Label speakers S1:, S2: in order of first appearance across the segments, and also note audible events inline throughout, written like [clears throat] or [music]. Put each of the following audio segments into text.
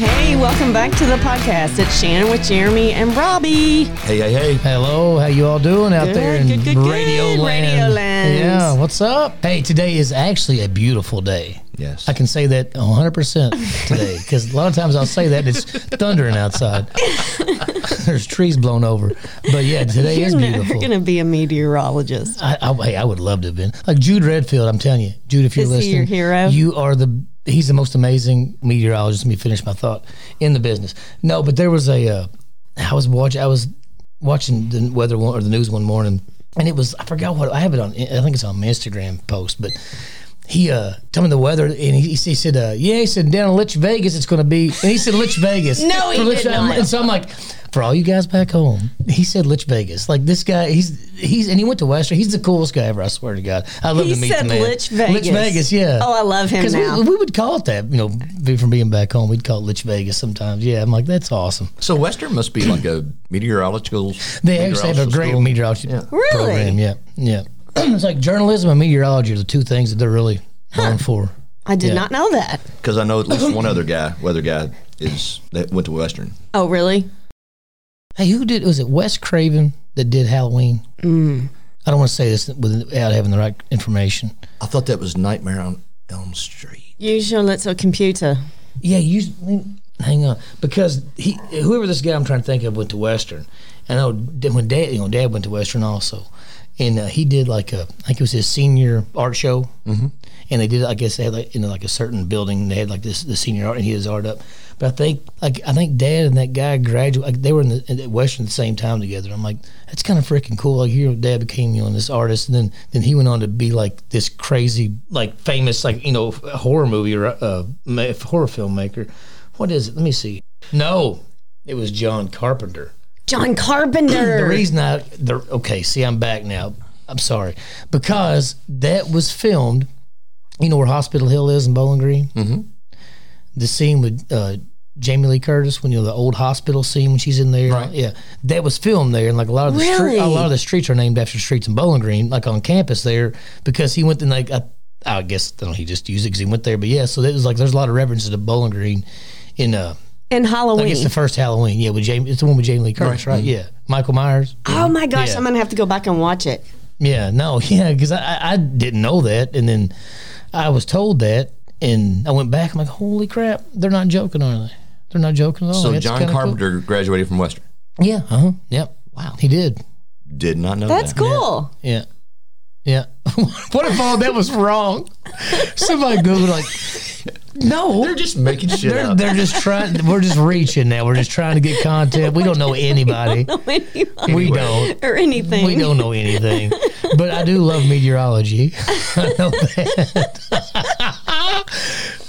S1: Welcome back to the podcast. It's Shannon with Jeremy and Robbie.
S2: Hey, hey, hey.
S3: Hello, how you all doing out
S1: Good,
S3: there in
S1: good, good, good.
S3: Radio Land?
S1: Radioland.
S3: Yeah, what's up? Hey, today is actually a beautiful day.
S2: Yes.
S3: I can say that 100% today because a lot of times I'll say that and it's thundering
S1: [laughs]
S3: outside. [laughs] There's trees blown over. But yeah, today is
S1: You're never
S3: beautiful.
S1: going to be a meteorologist.
S3: I, I, hey, I would love to have been like Jude Redfield. I'm telling you, Jude, if you're
S1: Is he
S3: listening,
S1: your hero?
S3: you are the he's the most amazing meteorologist. Let me finish my thought in the business. No, but there was a uh, I was watching I was watching the weather one, or the news one morning, and it was I forgot what I have it on. I think it's on my Instagram post, but. He uh, told me the weather, and he, he said, uh, "Yeah," he said, "Down in Litch Vegas, it's going to be." And he said, "Litch Vegas."
S1: No, he
S3: For Litch-
S1: did
S3: I'm-
S1: not.
S3: And so I'm like, for all you guys back home, he said Litch Vegas. Like this guy, he's he's and he went to Western. He's the coolest guy ever. I swear to God, I love
S1: He
S3: to meet
S1: said
S3: the man.
S1: Litch Vegas.
S3: Litch Vegas, yeah.
S1: Oh, I love him
S3: because
S1: now.
S3: we, we would call it that, you know, be- from being back home, we'd call it Litch Vegas sometimes. Yeah, I'm like, that's awesome.
S2: So Western must be like a meteorological.
S3: They actually have
S2: meteorological
S3: a great
S2: school.
S3: meteorology
S1: Really?
S3: program. Yeah, yeah. [clears throat] it's like journalism and meteorology are the two things that they're really known for.
S1: I did
S3: Yeah.
S1: not know that.
S2: Because I know at least one other guy, weather guy, is that went to Western.
S1: Oh, really?
S3: Hey, who did? Was it Wes Craven that did Halloween? Mm. I don't want to say this without having the right information.
S2: I thought that was Nightmare on Elm Street.
S1: Use your little computer.
S3: Yeah, you hang on because he whoever this guy I'm trying to think of went to Western. I know d- when dad you know dad went to Western also, and uh, he did like a I think it was his senior art show, mm-hmm. and they did I guess they had like you know like a certain building they had like this the senior art and he had his art up, but I think like I think dad and that guy graduated like, they were in the in the Western at the same time together. I'm like that's kind of freaking cool. Like your dad became you know this artist, and then then he went on to be like this crazy like famous like you know horror movie or uh, ma- horror filmmaker. What is it? Let me see. No, it was John Carpenter.
S1: John
S3: [clears throat] The
S1: Carpenter.
S3: reason I the okay, see, I'm back now. I'm sorry because that was filmed. You know where Hospital Hill is in Bowling Green. Mm-hmm. The scene with uh, Jamie Lee Curtis when you know the old hospital scene when she's in there.
S2: Right.
S3: Yeah, that was filmed there, and like a lot of the
S1: Really?
S3: street, a lot of the streets are named after streets in Bowling Green, like on campus there, because he went and like I, I guess I don't know, he just used it because he went there. But yeah, so that was like there's a lot of references to Bowling Green in uh
S1: and
S3: I guess
S1: Halloween.
S3: the first Halloween. Yeah, with Jamie. It's the one with Jamie Lee Curtis, right? Yeah, Michael Myers.
S1: Oh my gosh,
S3: Yeah.
S1: I'm going to have to go back and watch it.
S3: Yeah, no, [laughs] yeah, because I, I I didn't know that, and then I was told that, and I went back. I'm like, holy crap, they're not joking, are they? They're not joking at all.
S2: So
S3: Oh, That's
S2: John
S3: kinda cool.
S2: Carpenter graduated from Western.
S3: Yeah. Uh huh. Yep. Wow. He did.
S2: Did not know
S1: That's
S2: that.
S1: cool. [laughs]
S3: Yeah. Yeah. [laughs] what if all that was wrong? [laughs] Somebody Google like, no.
S2: They're just making shit
S3: They're,
S2: up.
S3: they're just trying. We're just reaching now. We're just trying to get content. We don't know anybody.
S1: Anyone
S3: We
S1: [laughs]
S3: don't.
S1: or anything.
S3: We don't know anything, [laughs] but I do love meteorology. [laughs] I know that. [laughs]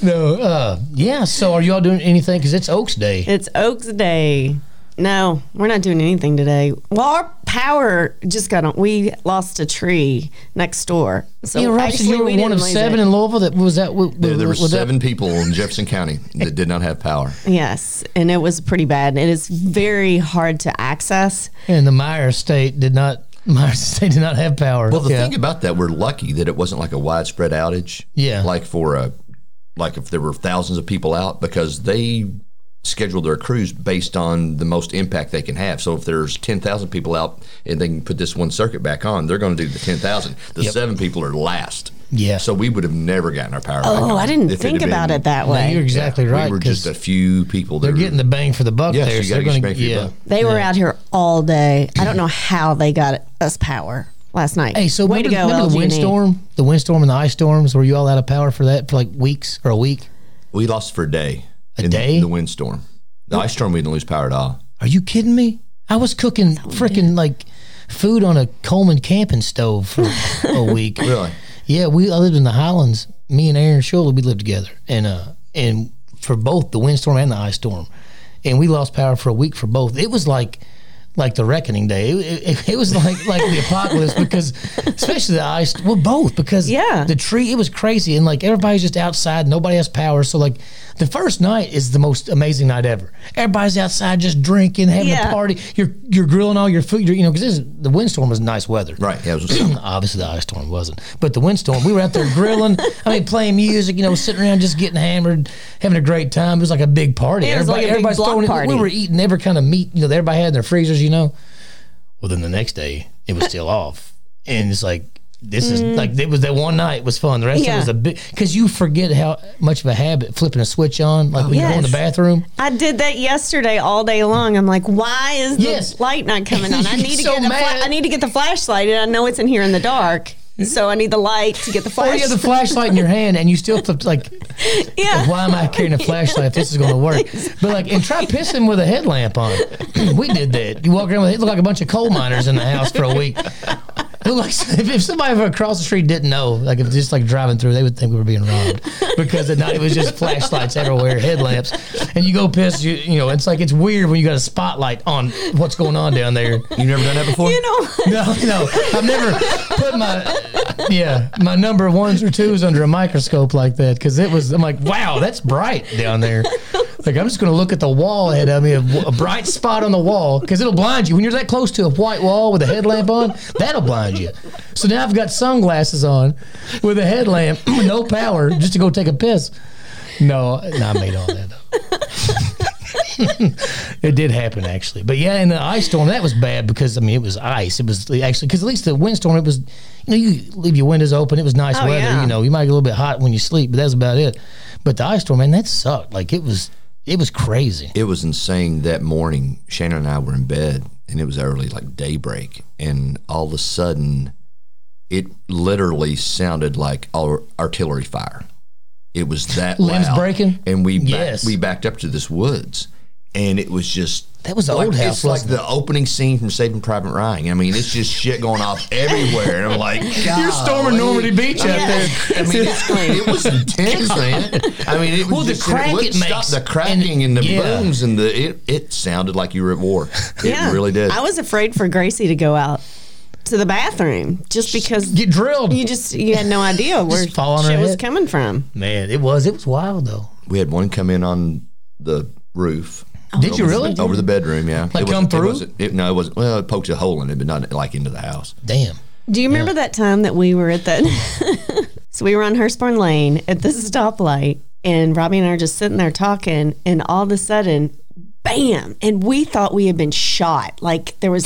S3: no, uh, yeah. So, are y'all doing anything? Because it's Oaks Day.
S1: It's Oaks Day. No, we're not doing anything today. Well, our power just got on. We lost a tree next door. So
S3: Yeah, Rob, so
S1: actually,
S3: you were
S1: we
S3: one
S1: didn't
S3: of
S1: lose
S3: seven
S1: it.
S3: in Louisville. That was that. w-
S2: there, there were
S3: was that-
S2: seven people in Jefferson County that did not have power.
S1: Yes, and it was pretty bad. It is very hard to access.
S3: and the Meyer State did not. [laughs] Meyer State did not have power.
S2: Well, the
S3: yeah.
S2: thing about that, we're lucky that it wasn't like a widespread outage.
S3: Yeah.
S2: Like for a, like if there were thousands of people out because they schedule their crews based on the most impact they can have. So if there's 10,000 people out and they can put this one circuit back on, they're going to do the 10,000. The seven people are last.
S3: Yeah.
S2: So we would have never gotten our power back
S1: Oh,
S2: on
S1: I didn't
S2: if
S1: think
S2: had
S1: about
S2: been-
S1: it that
S3: Yeah,
S1: way.
S3: you're exactly
S2: we
S3: right.
S2: were
S3: 'cause
S2: just a few people.
S3: they're getting the bang for the buck
S2: Yes,
S3: there.
S2: you
S3: so
S2: gotta
S3: they're
S2: get your
S3: gonna-
S2: bang for your
S3: yeah.
S2: buck.
S1: they were out here all day. I don't know how they got us power last night.
S3: Hey, so
S1: way
S3: remember,
S1: to go,
S3: remember the
S1: LG&E.
S3: windstorm, the windstorm and the ice storms. Were you all out of power for that for like weeks or a week?
S2: we lost for a day.
S3: A
S2: in the-
S3: day?
S2: The, windstorm. The ice storm, we didn't lose power at all.
S3: Are you kidding me? I was cooking freaking like food on a Coleman camping stove for a week.
S2: Really?
S3: Yeah, we I lived in the Highlands. Me and Aaron Schuler, we lived together, and uh, and for both the windstorm and the ice storm, and we lost power for a week for both. It was like like the reckoning day. It, it, it was like like the apocalypse because especially the ice. Well, both because
S1: Yeah.
S3: the tree. It was crazy, and like everybody's just outside. Nobody has power, so like The first night is the most amazing night ever. Everybody's outside just drinking, having
S1: Yeah.
S3: a party. You're you're grilling all your food. You're, you know, because the windstorm was nice weather.
S2: Right. Yeah. It was,
S3: [clears throat] Obviously, the ice storm wasn't, but the windstorm. We were out there grilling. I mean, playing music. You know, sitting around just getting hammered, having a great time. It was like a big party.
S1: It was like a big block
S3: throwing in-
S1: party.
S3: We were eating every kind of meat. You know, that everybody had in their freezers. You know. Well, then the next day it was still off, and it's like this is like it was that one night was fun. The rest
S1: Mm.
S3: of
S1: Yeah.
S3: it was a bit because you forget how much of a habit flipping a switch on, like when you go in
S1: Oh,
S3: the
S1: Yes.
S3: bathroom.
S1: I did that yesterday all day long. I'm like, why is the
S3: Yes.
S1: light not
S3: [laughs]
S1: coming on? I
S3: You get
S1: need to
S3: so
S1: get the fla-
S3: mad.
S1: I need to get the flashlight, and I know it's in here in the dark, so I need the light to get
S3: [laughs]
S1: the
S3: Or
S1: flashlight.
S3: you have Oh, the flashlight in your hand, and you still flip like
S1: [laughs] yeah.
S3: why am I carrying a flashlight if this is going to work? But like, and try pissing with a headlamp on. [clears throat] we did that. You walk around with it look like a bunch of coal miners in the house for a week. Look like [laughs] if, if somebody from across the street didn't know, like if just like driving through, they would think we were being robbed because at night it was just flashlights everywhere, headlamps, and you go piss. You, you know, it's like it's weird when you got a spotlight on what's going on down there.
S2: you never done that before?
S1: You know,
S3: [laughs] No, no, I've never put my yeah my number ones or twos under a microscope like that because it was I'm like wow that's bright down there. Like I'm just gonna look at the wall ahead of me, a, a bright spot on the wall because it'll blind you when you're that close to a white wall with a headlamp on. That'll blind you. So now I've got sunglasses on with a headlamp, [clears throat] no power, just to go take a piss. No, no I made all that up. [laughs] It did happen actually, but yeah, and the ice storm that was bad because I mean it was ice. It was actually because at least the windstorm it was, you know, you leave your windows open. It was nice
S1: Oh,
S3: weather.
S1: yeah.
S3: You know, you might get a little bit hot when you sleep, but that's about it. But the ice storm, man, that sucked. Like it was, it was crazy.
S2: it was insane that morning. Shannon and I were in bed, and it was early, like daybreak, and all of a sudden, it literally sounded like our artillery fire. It was that
S3: [laughs] Limbs
S2: loud.
S3: breaking?
S2: and we back,
S3: Yes.
S2: we backed up to this woods, and it was just.
S3: That was the
S2: like,
S3: old house,
S2: It's like
S3: wasn't
S2: the opening scene from Saving Private Ryan. I mean, it's just shit going off [laughs] everywhere, and I'm like,
S3: [laughs] You're
S2: golly.
S3: storming Normandy Beach out there.
S2: I mean, it's, it was intense, man. I mean, it was
S3: Well, the
S2: just,
S3: crack
S2: it wouldn't
S3: it
S2: stop
S3: makes.
S2: the cracking and, the
S3: yeah.
S2: booms and the it, it sounded like you were at war. It
S1: yeah.
S2: really did.
S1: I was afraid for Gracie to go out to the bathroom just because
S3: [laughs] Get drilled,
S1: you just you [laughs] had no idea where
S3: fall on her
S1: shit was
S3: head.
S1: coming from.
S3: man. It was, it was wild though.
S2: we had one come in on the roof.
S1: Oh,
S3: Did you
S2: Over the-
S3: really?
S2: over the bedroom? Yeah,
S3: Like
S2: It
S3: come
S2: wasn't-
S3: through?
S2: It wasn't, it, no, it wasn't. Well, it poked a hole in it, but not like into the house.
S3: Damn.
S1: Do you remember that time that we were at that? [laughs] so we were on Hurstbourne Lane at this stoplight, and Robbie and I are just sitting there talking, and all of a sudden, bam! And we thought we had been shot. Like there was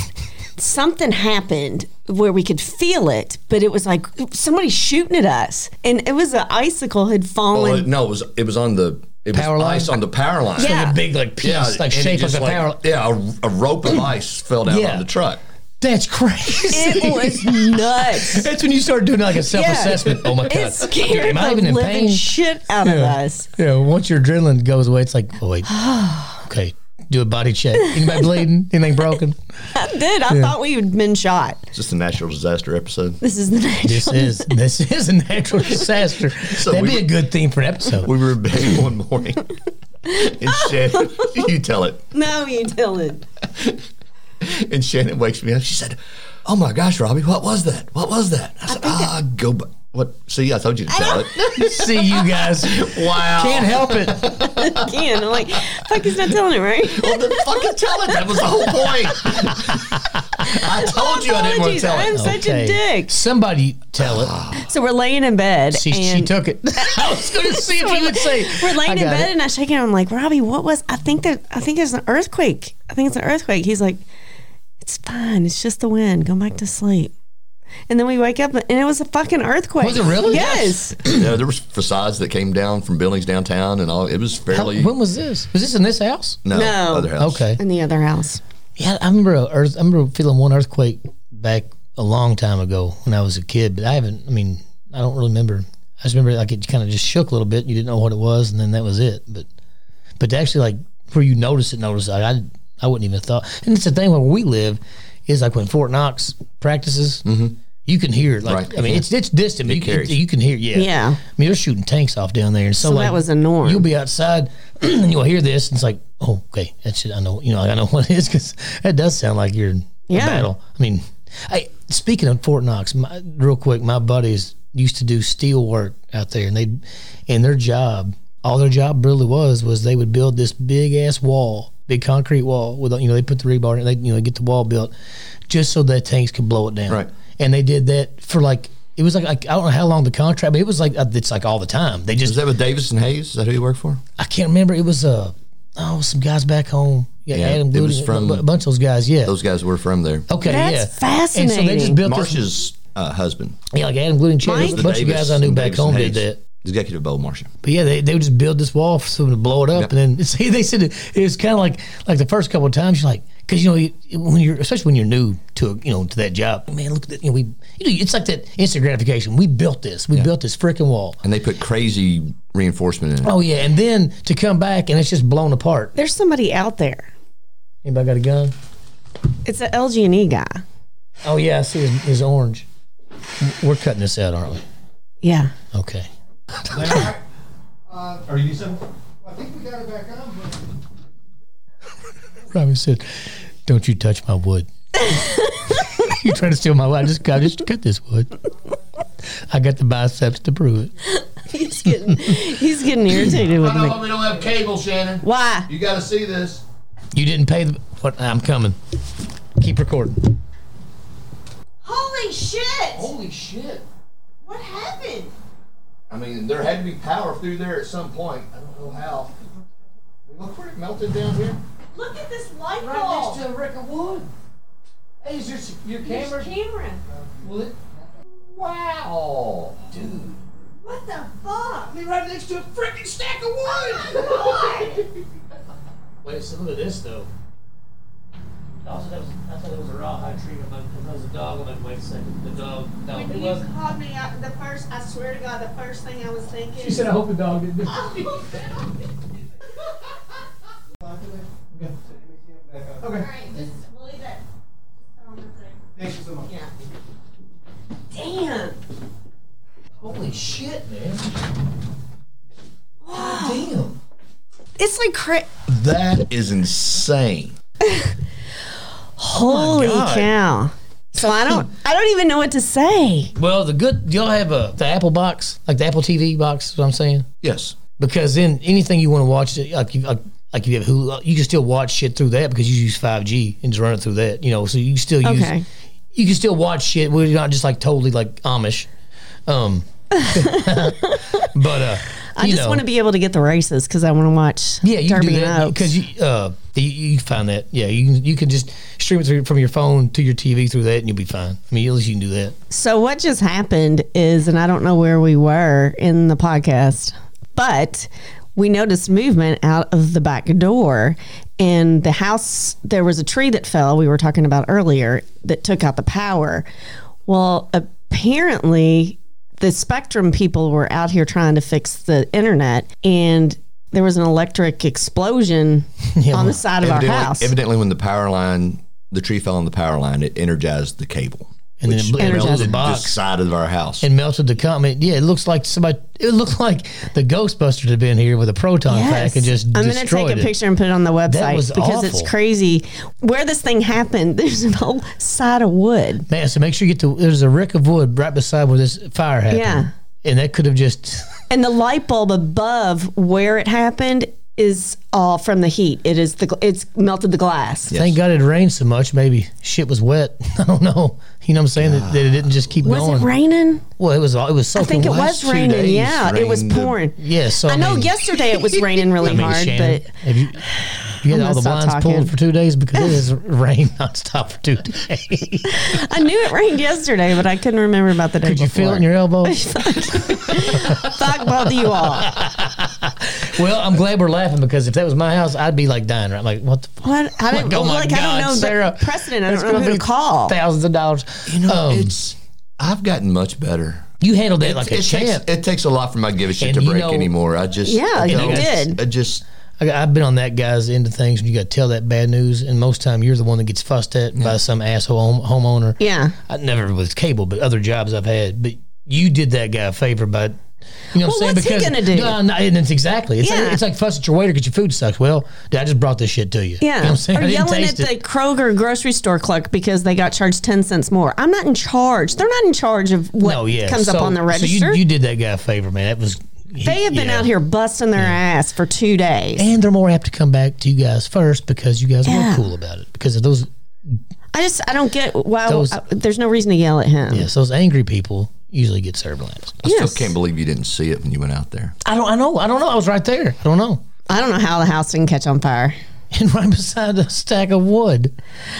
S1: something happened where we could feel it, but it was like somebody shooting at us, and it was an icicle had
S2: Well,
S1: fallen.
S2: it, no, it was it was on the it
S3: Power
S2: was
S3: line?
S2: ice on the power line.
S1: Yeah.
S3: The big like piece, like
S2: and it
S3: shape of
S2: just
S3: a
S2: like-
S3: power.
S2: Yeah, a, a rope of ice fell down
S3: Yeah.
S2: on the truck.
S3: That's crazy.
S1: it
S3: [laughs]
S1: was nuts.
S3: that's when you start doing like a self-assessment. Oh my god,
S1: It scared
S3: am I
S1: the
S3: even in
S1: living
S3: pain?
S1: shit out of us.
S3: Yeah, once your adrenaline goes away, it's like,
S1: [sighs]
S3: oh wait, okay, do a body check.
S1: [laughs]
S3: Anybody bleeding? Anything broken?
S1: I did. I thought we had been shot.
S2: It's just a natural disaster episode.
S1: This is the [laughs] next
S3: This is this is a natural disaster. That'd
S2: we-
S3: be a good theme for an episode.
S2: We were in bed [laughs] one morning. And Shannon, [laughs] you tell it.
S1: No, you tell it.
S2: And Shannon wakes me up. She said, "Oh my gosh, Robbie, what was that? What was that?" I said, "Ah, go b What? See, I told you to tell [laughs] it.
S3: See you guys.
S2: wow.
S3: Can't help it.
S1: Again, I'm like, fuck, he's not telling it right.
S2: Well, then fucking tell it. That was the whole point.
S3: [laughs]
S2: I told you I didn't want to
S1: Apologies,
S2: tell
S1: I'm
S2: it.
S1: such a dick.
S3: Somebody
S1: [sighs]
S3: tell it.
S1: So we're laying in bed.
S3: She, she
S1: and [laughs]
S3: took it. I was going to see if you would say.
S1: we're
S3: I
S1: laying in
S3: got
S1: bed
S3: it.
S1: and I shake him. I'm like, Robbie, what was? I think that I think there's an earthquake. I think it's an earthquake. He's like, it's fine. It's just the wind. Go back to sleep. And then we wake up and it was a fucking earthquake.
S3: Was it really?
S1: Yes.
S2: No, there was facades that came down from buildings downtown, and all. It was
S3: How-
S2: fairly
S3: when was this? Was this in this house?
S2: no,
S1: No.
S2: other house.
S3: Okay.
S1: In the other house.
S3: Yeah, I remember a earth, I remember feeling one earthquake back a long time ago when I was a kid, but I haven't. I mean, I don't really remember. I just remember like it kind of just shook a little bit. You didn't know what it was, and then that was it. But but to actually like where you notice it, notice like, I I wouldn't even thought. And it's the thing where we live is like when Fort Knox practices. You can hear it, like
S2: Mm-hmm. Right,
S3: I mean,
S2: yeah.
S3: it's it's distant. but you, can
S2: carries.
S3: you can hear, yeah.
S1: Yeah.
S3: I mean, they're shooting tanks off down there, and so,
S1: So
S3: like
S1: that was a norm.
S3: You'll be outside [clears throat] and you'll hear this, and it's like, oh, okay, that's it. I know, you know, I know [laughs] what it is because that does sound like you're in a
S1: Yeah.
S3: battle. I mean, hey, speaking of Fort Knox, my, real quick, my buddies used to do steel work out there, and they, and their job all their job really was was they would build this big ass wall, big concrete wall with you know they put the rebar in, it, they you know get the wall built just so that tanks could blow it down.
S2: Right.
S3: And they did that for like it was like, like I don't know how long the contract, but it was like uh, it's like all the time. They
S2: Is
S3: just
S2: that with Davis and Hayes? Is that who you work for?
S3: I can't remember it was uh oh some guys back home. Yeah,
S2: Yeah,
S3: Adam
S2: it
S3: Goody,
S2: was from-
S3: a bunch of those guys. Yeah.
S2: Those guys were from there.
S3: okay.
S1: That's
S3: yeah.
S1: fascinating.
S3: And so they just built this
S2: Marsha's uh, husband.
S3: Yeah, like Adam Gluten Chad.
S1: Mike?
S3: A bunch of guys I knew back home did that.
S2: Executive Bowl Marsha.
S3: But yeah, they, they would just build this wall for someone to blow it up,
S2: Yep.
S3: and then [laughs] see they said it, it was kind of like like the first couple of times you're like because you know you, when you're especially when you're new to a, you know to that job, man. Look at that, you know we you know it's like that instant gratification. We built this, we built this freaking wall.
S2: And they put crazy reinforcement in it.
S3: Oh yeah, and then to come back and it's just blown apart.
S1: There's somebody out there.
S3: Anybody got a gun?
S1: It's an LG&E E guy.
S3: Oh yeah, I see his, his orange. We're cutting this out, aren't we?
S1: Yeah.
S3: Okay.
S4: Uh, Are you using? I think we got it back on, but
S3: Robin said, "Don't you touch my wood." [laughs] You're trying to steal my wood. I just, I just cut this wood. I got the biceps to prove it.
S1: [laughs] He's getting he's getting irritated with me.
S4: we don't have cable, Shannon.
S1: Why?
S4: You got to see this.
S3: You didn't pay the. What? I'm coming. Keep recording.
S5: Holy shit!
S4: Holy shit!
S5: What happened?
S4: I mean, there had to be power through there at some point. I don't know how. I mean, Look where it melted down here.
S5: Look at this light bulb.
S4: to a brick of wood. Hey, is your your
S5: There's camera.
S4: lit? Wow, dude.
S5: What the fuck?
S4: I mean, right next to a freaking stack of wood.
S3: Wait, so look at this though. Also, that was, I thought it was a rawhide tree. I'm like, that was a dog. I'm like, wait a second, the dog. No,
S5: When you called me out, the first, I swear to God, the first thing I was thinking. She
S3: "I hope the dog didn't." Do
S4: Okay.
S5: Alright, just leave that. on the thing.
S4: Thank you so much.
S5: Yeah. Damn.
S3: Holy shit, man! Damn.
S1: It's like cra-
S2: That is insane.
S1: holy
S3: Oh God.
S1: cow. So I
S3: [laughs]
S1: don't I don't even know what to say.
S3: Well, the good. Do y'all have a the Apple box, like the Apple TV box? Is what I'm saying.
S2: Yes.
S3: because then anything you want to watch, like you, like, like if you have Hulu, uh, you can still watch shit through that because you use five G and just run it through that. You know, so you still use
S1: Okay.
S3: you can still watch shit. We're not just like totally like Amish, um, [laughs] but uh,
S1: I
S3: you
S1: just
S3: know.
S1: want to be able to get the races because I want to watch
S3: Yeah, you can
S1: Derby
S3: do
S1: and
S3: that
S1: Oaks.
S3: because you, uh, you you can find that. Yeah, you can you can just stream it through, from your phone to your TV through that, and you'll be fine. I mean, at least you can do that.
S1: So what just happened is, and I don't know where we were in the podcast, but we noticed movement out of the back door. And the house, there was a tree that fell, we were talking about earlier, that took out the power. Well, apparently, the Spectrum people were out here trying to fix the internet, and there was an electric explosion on the side of our
S2: Evidently,
S1: house.
S2: evidently, when the power line, the tree fell on the power line, it energized the cable.
S3: And then it blew- it blew
S2: melted
S3: the box.
S2: The side of our house.
S3: and melted the comment. Yeah, it looks like somebody. It looked like the Ghostbusters had been here with a proton pack and just
S1: I'm gonna
S3: destroyed
S1: take a
S3: it.
S1: picture and put it on the website
S3: was
S1: because
S3: awful.
S1: it's crazy. Where this thing happened, [laughs] there's a whole side of wood.
S3: Man, so make sure you get to. There's a rick of wood right beside where this fire happened.
S1: Yeah.
S3: and that could have just.
S1: And the light bulb above where it happened is all from the heat. It is the gl- it's melted the glass.
S3: Thank God it rained so much. Maybe shit was wet. [laughs] I don't know. You know what I'm saying? That, that it didn't just keep
S1: Was
S3: going.
S1: it raining?
S3: well, it was. all- It was
S1: I
S3: soaking.
S1: think it
S3: wet.
S1: was
S2: two
S1: raining.
S2: days
S1: yeah, it was
S2: rained the-
S1: pouring.
S3: Yeah, so
S1: I know.
S3: mean,
S1: yesterday it was raining really
S3: [laughs] I mean,
S1: hard,
S3: Shannon,
S1: but
S3: have you, you had all
S1: gonna
S3: the
S1: stop
S3: blinds
S1: talking.
S3: pulled for two days because
S1: [laughs]
S3: it has rained nonstop for two days.
S1: I knew it rained yesterday, but I couldn't remember about the day
S3: Could you
S1: before.
S3: feel it in your elbows?
S1: [laughs] Fuck both of you all.
S3: Well, I'm glad we're laughing because if that was my house, I'd be like dying. Right? I'm like, what the fuck?
S1: What? I don't,
S3: Like, oh my
S1: like, I
S3: God,
S1: don't know
S3: Sarah,
S1: the precedent. I
S3: It's
S1: don't know
S3: gonna
S1: who to
S3: be
S1: call.
S3: Thousands of dollars.
S2: you know,
S3: Um,
S2: it's. I've gotten much better.
S3: You handled that like a
S2: it,
S3: champ.
S2: takes, it takes a lot for my give a shit
S3: And
S2: to
S3: you
S2: break
S3: know-
S2: anymore. I just
S1: Yeah,
S2: I
S1: you
S2: don't-
S1: did.
S2: I just
S3: I got, I've been on that guy's end of things when you got to tell that bad news, and most time you're the one that gets fussed at by some asshole home, homeowner.
S1: Yeah.
S3: I never was cable, but other jobs I've had. But you did that guy a favor by. You
S1: Well,
S3: know what I'm saying?
S1: what's he
S3: because,
S1: gonna do?
S3: No, no, and it's exactly. It's,
S1: Yeah.
S3: like, it's like fuss at your waiter because your food sucks. Well, dude, I just brought this shit to you.
S1: Yeah.
S3: You know what I'm saying?
S1: Or
S3: I didn't
S1: yelling at
S3: taste
S1: the
S3: it.
S1: Kroger grocery store clerk because they got charged 10 cents more. I'm not in charge. They're not in charge of what
S3: No, yeah.
S1: comes
S3: so,
S1: up on the
S3: so
S1: register.
S3: you, you did that guy a favor, man. That was
S1: They have been
S3: Yeah.
S1: out here busting their ass for two days.
S3: and they're more apt to come back to you guys first because you guys
S1: Yeah.
S3: were cool about it. Because of those,
S1: I just I don't get why.
S3: Those-
S1: uh, there's no reason to yell at him.
S3: yes, those angry people usually get served lamps.
S2: I
S1: Yes.
S2: still can't believe you didn't see it when you went out there.
S3: I don't. I know. I don't know. I was right there. I don't know. [laughs]
S1: I don't know how the house didn't catch on fire.
S3: And right beside a stack of wood.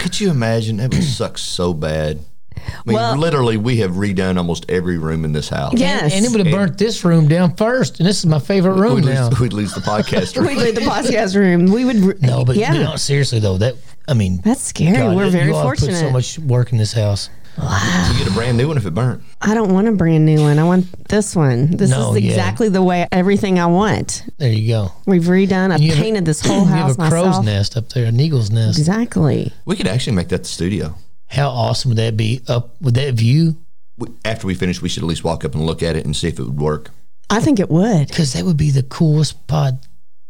S2: Could you imagine? That [clears throat] would suck so bad. I mean,
S1: Well-
S2: literally, we have redone almost every room in this house.
S1: Yes,
S3: And it would have burnt this room down first. And this is my favorite room
S2: We'd
S3: now.
S2: lose, [laughs] we'd lose the
S3: [laughs]
S2: podcast.
S1: [laughs] we'd leave the podcast room. We would.
S3: No, but
S1: yeah,
S3: no, seriously though, that I mean,
S1: that's scary.
S3: God,
S1: We're
S3: you
S1: very
S3: all have
S1: fortunate.
S3: Put so much work in this house.
S2: you get a brand new one if it burnt.
S1: I don't want a brand new one. I want this one. This
S3: No,
S1: is
S3: yeah.
S1: exactly the way everything I want.
S3: There you go.
S1: We've redone. I
S3: You have a-
S1: painted this whole
S3: [clears throat] you have
S1: house
S3: a crow's
S1: myself.
S3: nest up there, an eagle's nest.
S1: Exactly.
S2: We could actually make that the studio.
S3: How awesome would that be? Up with that view,
S2: We, after we finish, we should at least walk up and look at it and see if it would work.
S1: I think it would
S3: because that would be the coolest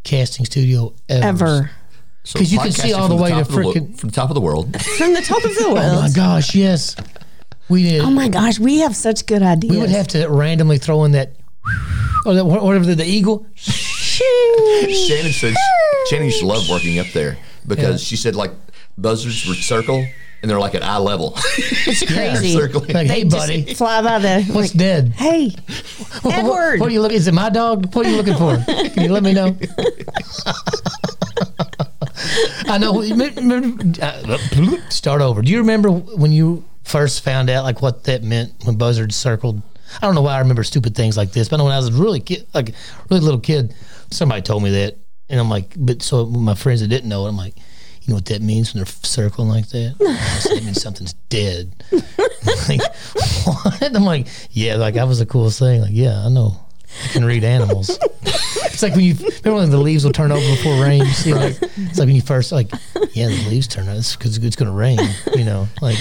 S3: podcasting studio ever.
S1: ever
S2: So
S3: 'Cause you can see
S2: podcasting
S3: all
S2: from
S3: the way
S2: top
S3: to
S2: of the wo-
S3: frickin-
S2: from the top of the world.
S1: from the top of the
S3: [laughs] Oh my
S1: world.
S3: gosh, yes, we did.
S1: Oh my gosh, we have such good ideas.
S3: we would have to randomly throw in that or that whatever the, the eagle.
S2: Shannon says Shannon used to love working up there because she said like buzzards would circle and they're like at eye
S1: [laughs]
S2: level. [laughs]
S3: [laughs]
S1: It's crazy.
S2: circling.
S3: Like, hey, buddy,
S1: Fly by the.
S3: what's
S1: like,
S3: dead?
S1: hey,
S3: What- what-
S1: Edward.
S3: What, are you looking? Is it my dog? What are you looking for? Can you let me know? I know. m- m- uh, Start over. Do you remember when you first found out like what that meant when buzzards circled? I don't know why I remember stupid things like this, but when I was really kid, like really little kid, somebody told me that, and I'm like, but so my friends that didn't know it, I'm like. You know what that means when they're circling like that? [laughs] It means something's dead like, [laughs] what? I'm like, yeah, like that was the coolest thing. Like, yeah, I know. I can read animals. it's like when you remember when the leaves will turn over before rain. You see, like, it's like when you first like, yeah, the leaves turn over because it's going to rain. You know, like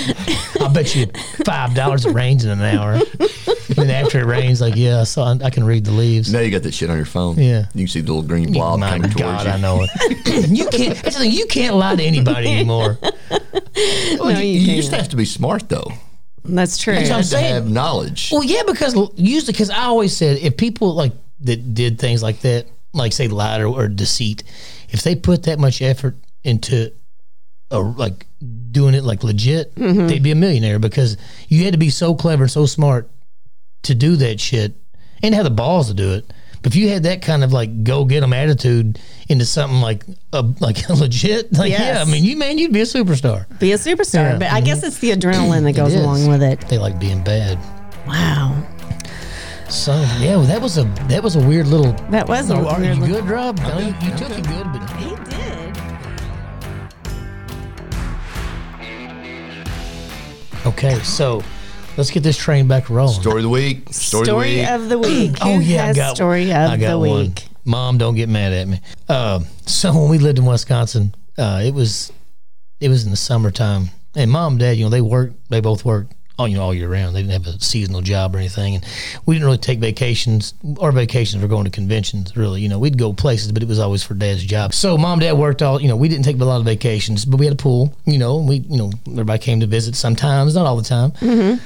S3: I bet you five dollars it rains in an hour. And then after it rains, like, yeah, so I, I can read the leaves.
S2: now you got that shit on your phone.
S3: Yeah.
S2: you can see the little green blob
S3: My
S2: coming towards
S3: God,
S2: you.
S3: I know it. you can't. That's the thing. You can't lie to anybody anymore.
S2: Well,
S1: No,
S2: you,
S1: you
S2: you
S1: can't.
S2: used to have to be smart though.
S1: That's true.
S3: That's what I'm
S2: To
S3: saying.
S2: have knowledge.
S3: Well, yeah, because l- usually, because I always said if people like that did things like that, like say lied or, or deceit, if they put that much effort into, a, like doing it like legit,
S1: Mm-hmm.
S3: they'd be a millionaire because you had to be so clever and so smart to do that shit and have the balls to do it. But if you had that kind of like go get 'em attitude into something like a, like [laughs] legit, like yeah,
S1: Yes.
S3: I mean, you man, you'd be a superstar.
S1: Be a superstar,
S3: Yeah. Mm-hmm.
S1: but I guess it's the adrenaline that goes
S3: is.
S1: along with it.
S3: They like being bad.
S1: Wow,
S3: So yeah, well, that was a that was a weird little
S1: that was a
S3: Oh, are
S1: weird
S3: you
S1: look.
S3: good, Rob? No, you, you took it good, but
S1: He did.
S3: okay. So let's get this train back rolling.
S2: Story of the week. Story, of the
S1: Story
S2: week.
S1: of the week.
S3: Oh
S1: Who
S3: yeah,
S1: has
S3: I got
S1: story of
S3: I got
S1: the
S3: one.
S1: week.
S3: Mom, don't get mad at me. Um, so when we lived in Wisconsin, uh, it was it was in the summertime, and mom and dad, you know, they worked. They both worked all you know all year round. They didn't have a seasonal job or anything, and we didn't really take vacations. Our vacations were going to conventions, really. You know, we'd go places, but it was always for dad's job. So mom and dad worked all. You know, we didn't take a lot of vacations, but we had a pool. You know, and we you know everybody came to visit sometimes, not all the time.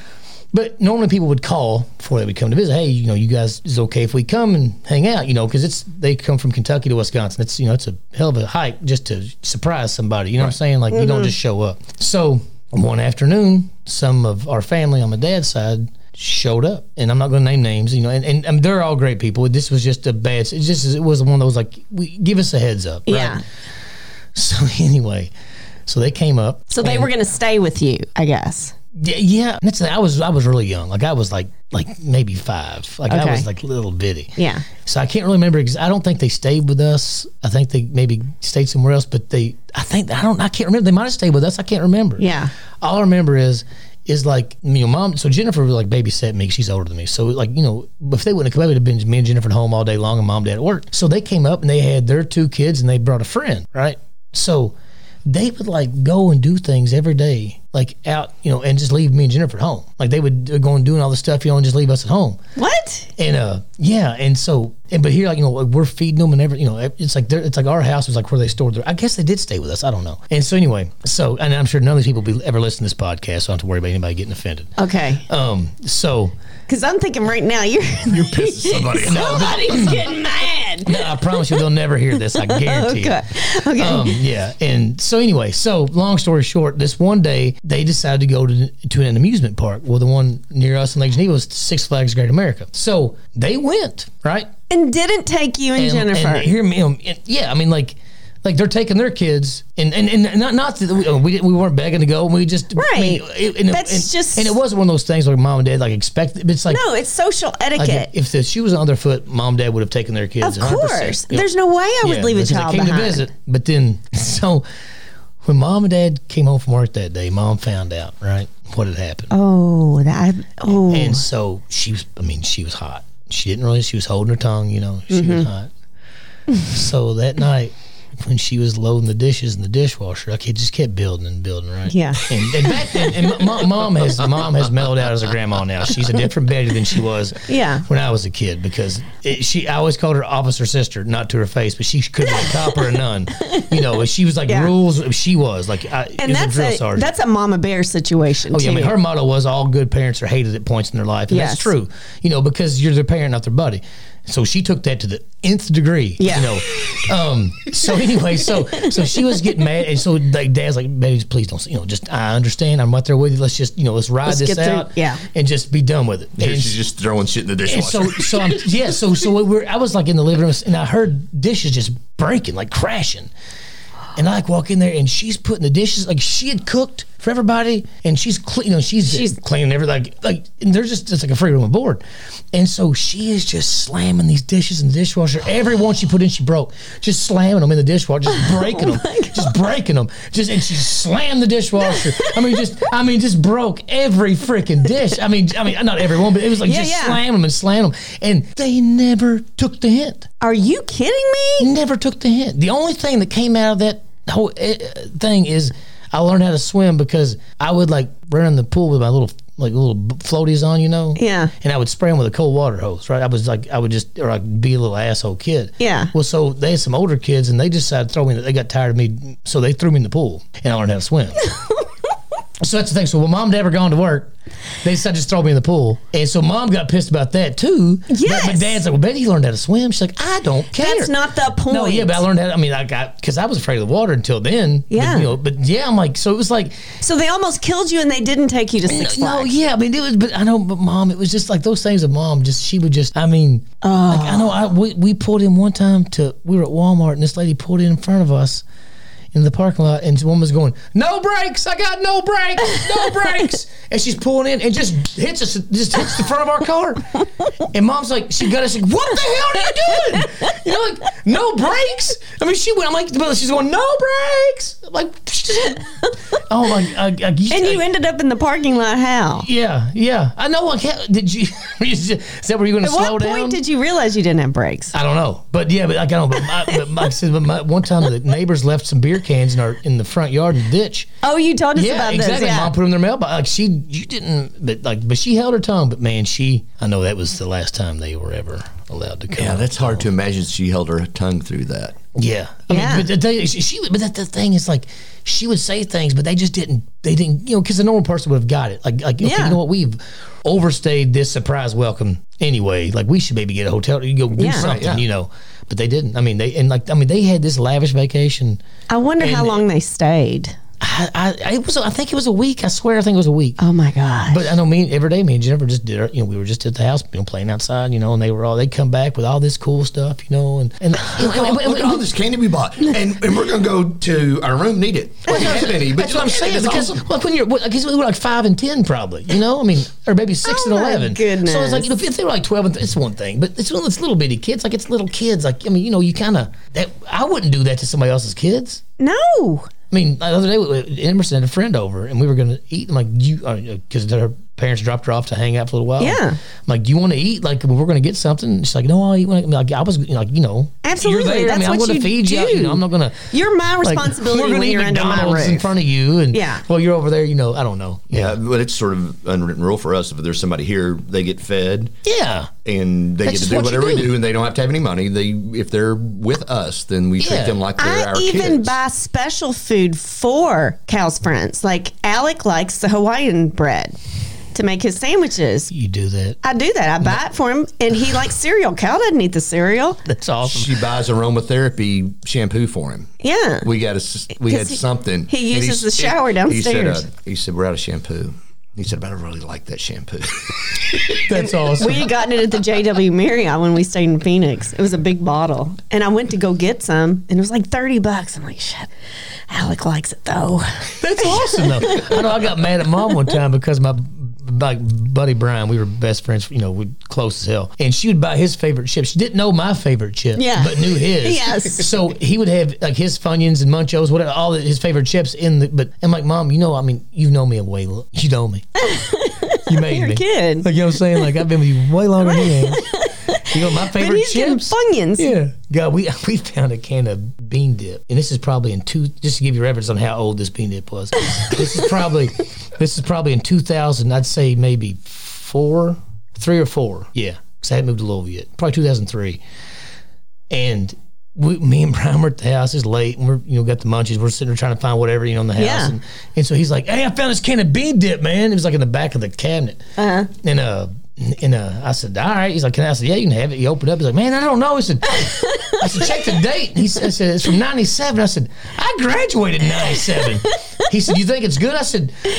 S3: But normally people would call before they would come to visit. Hey, you know, you guys is it okay if we come and hang out, you know, because it's they come from Kentucky to Wisconsin. It's you know, it's a hell of a hike just to surprise somebody. You know what I'm saying? Like you
S1: Mm-hmm.
S3: don't just show up. So one afternoon, some of our family on my dad's side showed up, and I'm not going to name names, you know, and, and, and they're all great people. This was just a bad. It's just it was one of those like, we, give us a heads up. Right?
S1: Yeah.
S3: [laughs] So anyway, so they came up.
S1: So they
S3: and-
S1: were going to stay with you, I guess.
S3: yeah, yeah. That's the- I was I was really young. Like I was like like maybe five. Like I
S1: Okay.
S3: was like little bitty.
S1: Yeah.
S3: So I can't really remember. Ex- I don't think they stayed with us. I think they maybe stayed somewhere else. But they, I think I don't. I can't remember. They might have stayed with us. I can't remember.
S1: Yeah.
S3: All I remember is is like you know mom. So Jennifer was like babysat me. She's older than me. So like you know if they wouldn't have come, it would have been me and Jennifer at home all day long and mom and dad at work. So they came up and they had their two kids and they brought a friend. Right. So they would like go and do things every day, like out, you know, and just leave me and Jennifer at home. Like they would go and doing all this stuff, you know, and just leave us at home.
S1: What?
S3: And uh, yeah, and so, and but here, like you know, we're feeding them and every, you know, e, it's like they're, it's like our house was like where they stored their. I guess they did stay with us. I don't know. And so anyway, so and I'm sure none of these people will be ever listen to this podcast, so I don't have to worry about anybody getting offended.
S1: Okay.
S3: Um, so
S1: Because Oh. I'm thinking right now,
S3: [laughs]
S1: you're
S2: You're pissing [laughs] somebody off.
S1: somebody's getting
S3: [laughs]
S1: mad.
S3: I promise you, they'll never hear this. I guarantee. it.
S1: Okay. Okay.
S3: Um, yeah, and so anyway, so long story short, this one day they decided to go to, to an amusement park. Well, the one near us in Lake Geneva was Six Flags Great America. So they went right.
S1: and didn't take you and,
S3: and-
S1: Jennifer.
S3: And hear me. um, and- yeah, I mean, like, like they're taking their kids, and and, and not not that we, uh, we didn't- we weren't begging to go. We just I mean,
S1: Right.
S3: it- and it-
S1: That's
S3: and-
S1: just-
S3: and it wasn't one of those things like mom and dad like expect. It's like.
S1: no, it's social
S3: like,
S1: etiquette.
S3: if the shoe was on their foot, mom and dad would have taken their kids.
S1: of
S3: 100%.
S1: course.
S3: Yep.
S1: There's no way I would
S3: Yeah,
S1: leave a
S3: because they
S1: child
S3: came
S1: behind.
S3: To visit, but then, [laughs] so when mom and dad came home from work that day, mom found out right what had happened,
S1: Oh, that. Oh,
S3: and so she was. I mean, she was hot. She didn't realize she was holding her tongue. You know, she
S1: Mm-hmm.
S3: was hot. so that night. When she was loading the dishes in the dishwasher, like it just kept building and building, right?
S1: Yeah.
S3: And, and back then, and mom, mom has mom has mellowed out as a grandma now. She's a different Betty than she was
S1: Yeah.
S3: when I was a kid because it, she I always called her officer sister, not to her face, but she couldn't be a cop or a nun. You know, she was
S1: [laughs]
S3: like
S1: Yeah.
S3: rules. She was like, I, it
S1: and
S3: was
S1: that's
S3: a drill
S1: a
S3: sergeant.
S1: that's a mama bear situation
S3: Oh
S1: too.
S3: yeah, I mean, her motto was all good parents are hated at points in their life, and
S1: Yes.
S3: that's true. You know, because you're their parent, not their buddy. So she took that to the nth degree.
S1: Yeah.
S3: You know. Um, so anyway, so so she was getting mad, and so like dad's like, "Baby, please don't. You know, just I understand. I'm right there with you. Let's just you know, let's ride
S1: Let's
S3: this
S1: get through-
S3: out,
S1: yeah.
S3: and just be done with it."
S2: Here
S3: And
S2: She's just throwing shit in the
S3: and
S2: dishwasher.
S3: so, so I'm, yeah, so so we we're, I was like in the living room, and I heard dishes just breaking, like crashing. And I like walk in there, and she's putting the dishes like she had cooked for everybody, and she's clean, you know, she's,
S1: She's-
S3: cleaning everything, like, like and there's just it's like a free room aboard, and so she is just slamming these dishes in the dishwasher. Every one she put in, she broke, just slamming them in the
S1: [laughs]
S3: dishwasher,
S1: Oh
S3: just breaking them, just breaking them, just and she slammed the dishwasher. I mean, just I mean, just broke every freaking dish. I mean, I mean, not every one, but it was like
S1: Yeah,
S3: just
S1: yeah.
S3: slam them and slam them, and they never took the hint
S1: Are you kidding me?
S3: never took the hint. The only thing that came out of that whole eh, eh, thing is I learned how to swim because I would like run in the pool with my little like little b- floaties on, you know.
S1: Yeah.
S3: And I would spray them with a cold water hose, right? I was like, I would just or like be a little asshole kid.
S1: Yeah.
S3: Well, so they had some older kids and they decided to throw me. in the- They got tired of me, so they threw me in the pool and I learned how
S1: [laughs]
S3: to swim. So that's the thing. So when mom and dad were gone to work, they decided to just throw me in the pool. And so mom got pissed about that too.
S1: Yes.
S3: But, but dad's like, well, Betty learned how to swim. She's like, I don't care.
S1: That's not the point.
S3: No, yeah, but I learned how. I mean, I got because I was afraid of the water until then.
S1: Yeah.
S3: but, you know, but yeah, I'm like, so it was like,
S1: so they almost killed you, and they didn't take you to Six
S3: no,
S1: Flags.
S3: yeah, I mean, it was, but I know, but mom, it was just like those things of mom. Just she would just, I mean,
S1: Oh.
S3: like, I know, I we, we pulled in one time to we were at Walmart and this lady pulled in in front of us. In the parking lot, and this woman was going, "No brakes! I got no brakes!
S1: [laughs]
S3: No brakes!" and she's pulling in and just hits us, just hits the front of our car. And mom's like, she got us like, "What the hell are you doing?" You know, like no brakes. I mean, she went. I'm like, but she's going, "No brakes!" I'm like, oh my, I, I,
S1: And you ended up in the parking lot. How?
S3: yeah, yeah. I know. Like, how- did you? [laughs] Is that where you're going to
S1: At
S3: slow
S1: what
S3: down?
S1: point did you realize you didn't have brakes?
S3: I don't know, but yeah, but like, I don't. But, my, but, my, I said, but my, one time the neighbors left some beer cans in our in the front yard in the ditch.
S1: Oh, you told us
S3: yeah,
S1: about
S3: exactly.
S1: this.
S3: Mom put them in their mailbox. Like she, you didn't, but like, but she held her tongue. But man, she, I know that was the last time they were ever allowed to come.
S2: yeah, that's hard to imagine she held her tongue through that.
S3: Yeah, I
S1: Yeah.
S3: mean, but the thing, she, she, but that the thing is like, she would say things, but they just didn't, they didn't, you know, because the normal person would have got it. Like, like, okay,
S1: Yeah.
S3: you know what, we've overstayed this surprise welcome anyway. Like, we should maybe get a hotel, you go do
S1: Yeah. Right,
S3: something,
S2: yeah.
S3: you know. But they didn't. I mean, they and like, I mean, they had this lavish vacation.
S1: I wonder how
S3: And-
S1: long they stayed.
S3: I, I, it was, I think it was a week. I swear, I think it was a week.
S1: Oh my god!
S3: But I know me and every day, me and Jennifer just did our, you know, we were just at the house, you know, playing outside, you know, and they were all, they come back with all this cool stuff, you know, and, and,
S2: Look at all- look at all this candy we bought, and, and we're gonna go to our room. Need it? We haven't had any, but
S3: That's what I'm saying.
S2: it's
S3: Because
S2: awesome.
S3: like when you're, because we were like five and ten, probably. You know, I mean, or maybe six
S1: Oh
S3: and
S1: my
S3: eleven. So it's like you know, if they were like twelve and th- it's one thing, but it's one of those little bitty kids. Like it's little kids. Like I mean, you know, you kind of that. I wouldn't do that to somebody else's kids.
S1: no,
S3: I mean, the other day, we- we- Emerson had a friend over, and we were going to eat. I'm like, you, because their parents dropped uh, her off to hang out for a little while.
S1: Yeah.
S3: I'm like, do you want to eat? Like, we're going to get something. She's like, no, I'll eat. When I, like, I was like, you know,
S1: Absolutely.
S3: You're there.
S1: That's
S3: I mean, I'm
S1: what
S3: gonna
S1: you
S3: feed you.
S1: do.
S3: You know, I'm not going to.
S1: You're my responsibility when you're under my roof.
S3: in front of you, and
S1: Yeah.
S3: Well, you're over there. You know, I don't know.
S2: Yeah, Uh, but it's sort of unwritten rule for us. If there's somebody here, they get fed
S3: Yeah.
S2: and they
S3: That's
S2: get
S3: just
S2: to do
S3: what you
S2: whatever we
S3: do.
S2: do, and they don't have to have any money. They, if they're with us, then we
S3: Yeah.
S2: treat them like they're
S1: I
S2: our
S1: even
S2: kids.
S1: buy special food for Cal's friends. Like Alec likes the Hawaiian bread to make his sandwiches.
S3: You do that.
S1: I do that. I buy it for him, and he likes cereal. Cal doesn't eat the cereal. [laughs]
S3: That's awesome.
S2: she buys aromatherapy shampoo for him.
S1: Yeah,
S2: We got a, s- we
S1: 'Cause
S2: had
S1: he-
S2: something.
S1: he
S2: And
S1: uses
S2: s-
S1: the shower
S2: He
S1: downstairs.
S2: said, uh, he said, "We're out of shampoo." He said, "But I really like that shampoo."
S1: [laughs]
S3: That's awesome.
S1: we had gotten it at the JW Marriott when we stayed in Phoenix. It was a big bottle, and I went to go get some, and it was like thirty bucks. I'm like, shit. Alec likes it though. [laughs]
S3: That's awesome though. I know I got mad at mom one time because my like buddy Brian, we were best friends, you know, we close as hell. And she would buy his favorite chips. She didn't know my favorite chip,
S1: Yeah.
S3: but knew his.
S1: [laughs] Yes.
S3: So he would have like his Funyuns and Munchos, whatever, all his favorite chips in the. But I'm like, mom, you know, I mean, you know me a way, lo- you know
S1: [laughs]
S3: me. You made
S1: You're a
S3: me.
S1: kid.
S3: Like you know what I'm saying? Like I've been with you way longer
S1: [laughs]
S3: than you. have. You know my
S1: But
S3: favorite
S1: he's getting
S3: chips.
S1: Funyuns.
S3: Yeah, God, we [laughs] we found a can of bean dip, and this is probably in two. Just to give you reference on how old this bean dip was, this is probably [laughs] this is probably in two thousand. I'd say maybe four, three or four. Yeah, because I hadn't moved to Louisville yet. Probably two thousand three, and. We, me and Brian were at the house. It's late, and we're you know got the munchies. We're sitting there trying to find whatever you know in the house,
S1: Yeah.
S3: and, and so he's like, "Hey, I found this can of bean dip, man." It was like in the back of the cabinet. Uh-huh. And uh, and uh, I said, "All right." He's like, "Can I?" I said, "Yeah, you can have it." He opened up. He's like, "Man, I don't know." He said, "I said check the date." And he said, I said, "It's from '97." I said, "I graduated in '97." He said, "You think it's good?" I said, "No."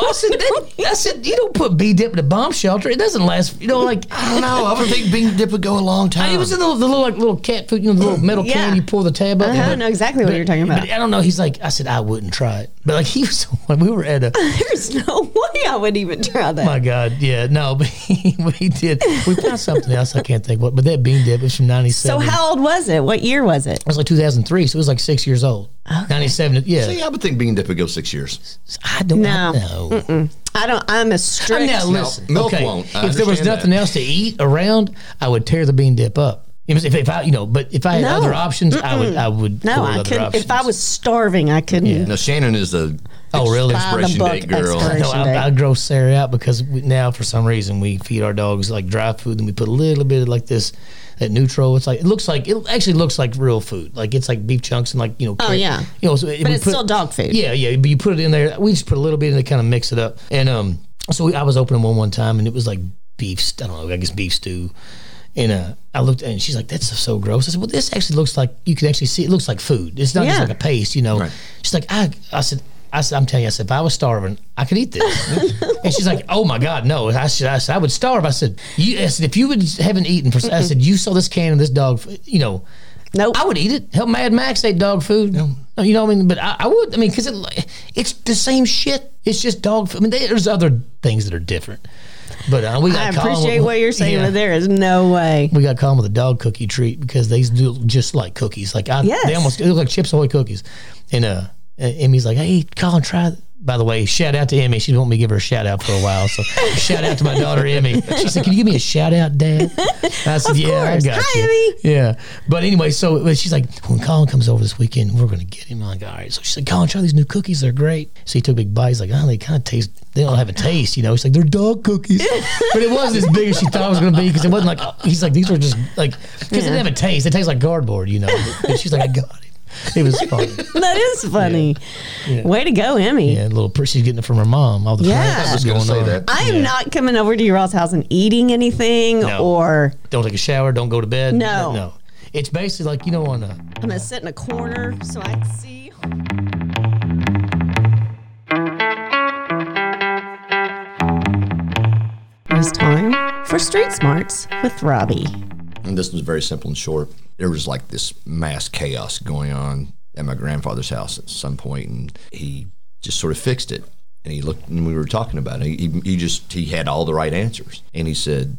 S3: I said, that, "I said you don't put B dip in a bomb shelter. It doesn't last. You know, like
S2: I don't know. I would think bean dip would go a long time.
S3: it was in the, the little like little cat food, you know, the little metal
S1: Yeah.
S3: can you pull the tab up.
S1: Uh-huh, I know exactly what you're talking about.
S3: But I don't know. He's like, I said, I wouldn't try it. But like he was, [laughs] when we were at
S1: [laughs]
S3: a.
S1: [laughs] There's no way I would even try that.
S3: My God, yeah, no, but [laughs] he, we did. We found something else. I can't think what, but that bean dip was from
S1: so
S3: '97.
S1: how old was it? What year was it?
S3: It was like 2003, so it was like six years old. 97, yeah.
S2: See, I would think bean dip would go six years.
S3: I don't
S1: No.
S3: know.
S1: I don't. I'm a strict.
S3: I'm now listen.
S2: milk
S3: okay,
S2: won't. I
S3: if there was
S2: understand
S3: nothing
S2: that.
S3: else to eat around, I would tear the bean dip up. If, if, if I, you know, but if I had
S1: No.
S3: other options, I would, I would.
S1: No,
S3: pull
S1: I
S3: other
S1: couldn't.
S3: options.
S1: If I was starving, I couldn't.
S2: Now Shannon is the
S3: Oh, really? Buy
S1: the
S2: expiration
S1: book
S2: date girl.
S1: expiration.
S3: No,
S1: day.
S3: I, I gross Sarah out because we, now for some reason we feed our dogs like dry food and we put a little bit of like this that neutral. It's like it looks like it actually looks like real food. Like it's like beef chunks and like you know.
S1: Oh,
S3: carrot-
S1: yeah.
S3: you know. So if
S1: But
S3: we
S1: it's
S3: put-
S1: still dog food.
S3: Yeah, yeah. But you put it in there. We just put a little bit and they kind of mix it up. And um, so we, I was opening one one time and it was like beef. st- I don't know. I guess beef stew. And uh, I looked and she's like, "That's so gross." I said, "Well, this actually looks like you can actually see. It looks like food. It's not
S1: Yeah.
S3: just like a paste, you know."
S2: Right.
S3: She's like, I, I said, I said, I'm telling you, I said, if I was starving, I could eat this. and she's like, Oh my God, no! I said, I said, I would starve. I said, you, I said, if you would haven't eaten for, I said, you saw this can of this dog, f- you know,
S1: Nope.
S3: I would eat it. Help Mad Max ate dog food. No, You know what I mean? But I, I would. I mean, because it, it's the same shit. It's just dog food. I mean, there's other things that are different. But uh, we got
S1: I
S3: Colin-
S1: appreciate what you're saying,
S3: Yeah.
S1: but there is no
S3: [laughs]
S1: way.
S3: We got Colin with a dog cookie treat because they do just like cookies. Like I,
S1: Yes.
S3: they almost they look like Chips Ahoy cookies. And uh, uh, Emmy's like, hey, Colin, try. th-" By the way, shout out to Emmy. She won't me to give her a shout out for a while. So [laughs] shout out to my daughter Emmy. She said, "Can you give me a shout out, Dad?" I said, "Yeah,
S1: course.
S3: I got
S1: Hi,
S3: you."
S1: Emmy.
S3: Yeah. But anyway, so but she's like, when Colin comes over this weekend, we're going to get him. I'm like, all right. So she said, Colin, try these new cookies. They're great. So he took a big bite. He's like, oh, they kind of taste, they don't have a taste, you know? He's like, they're
S1: [laughs]
S3: dog cookies. but it wasn't as big as she thought it was going to be because it wasn't like, he's like, these are just like, because they didn't have a taste. They taste like cardboard, you know? And she's like, I got it. It was funny.
S1: That is funny. Way to go, Emmy.
S3: Yeah, a little, pr- she's getting it from her mom. All the
S1: Yeah.
S3: pranks
S1: I
S2: I
S1: was
S2: was going to
S3: going
S2: say
S3: on.
S2: that.
S1: I am not coming over to your all's house and eating anything,
S3: No.
S1: or
S3: Don't take a shower. Don't go to bed.
S1: No.
S3: No. It's basically like, you know, on a.
S1: I'm gonna sit in a corner so I can see. It was time for Street Smarts with Robbie.
S2: And this was very simple and short. There was like this mass chaos going on at my grandfather's house at some point, and he just sort of fixed it. And he looked, and we were talking about it. He, he just he had all the right answers, and he said,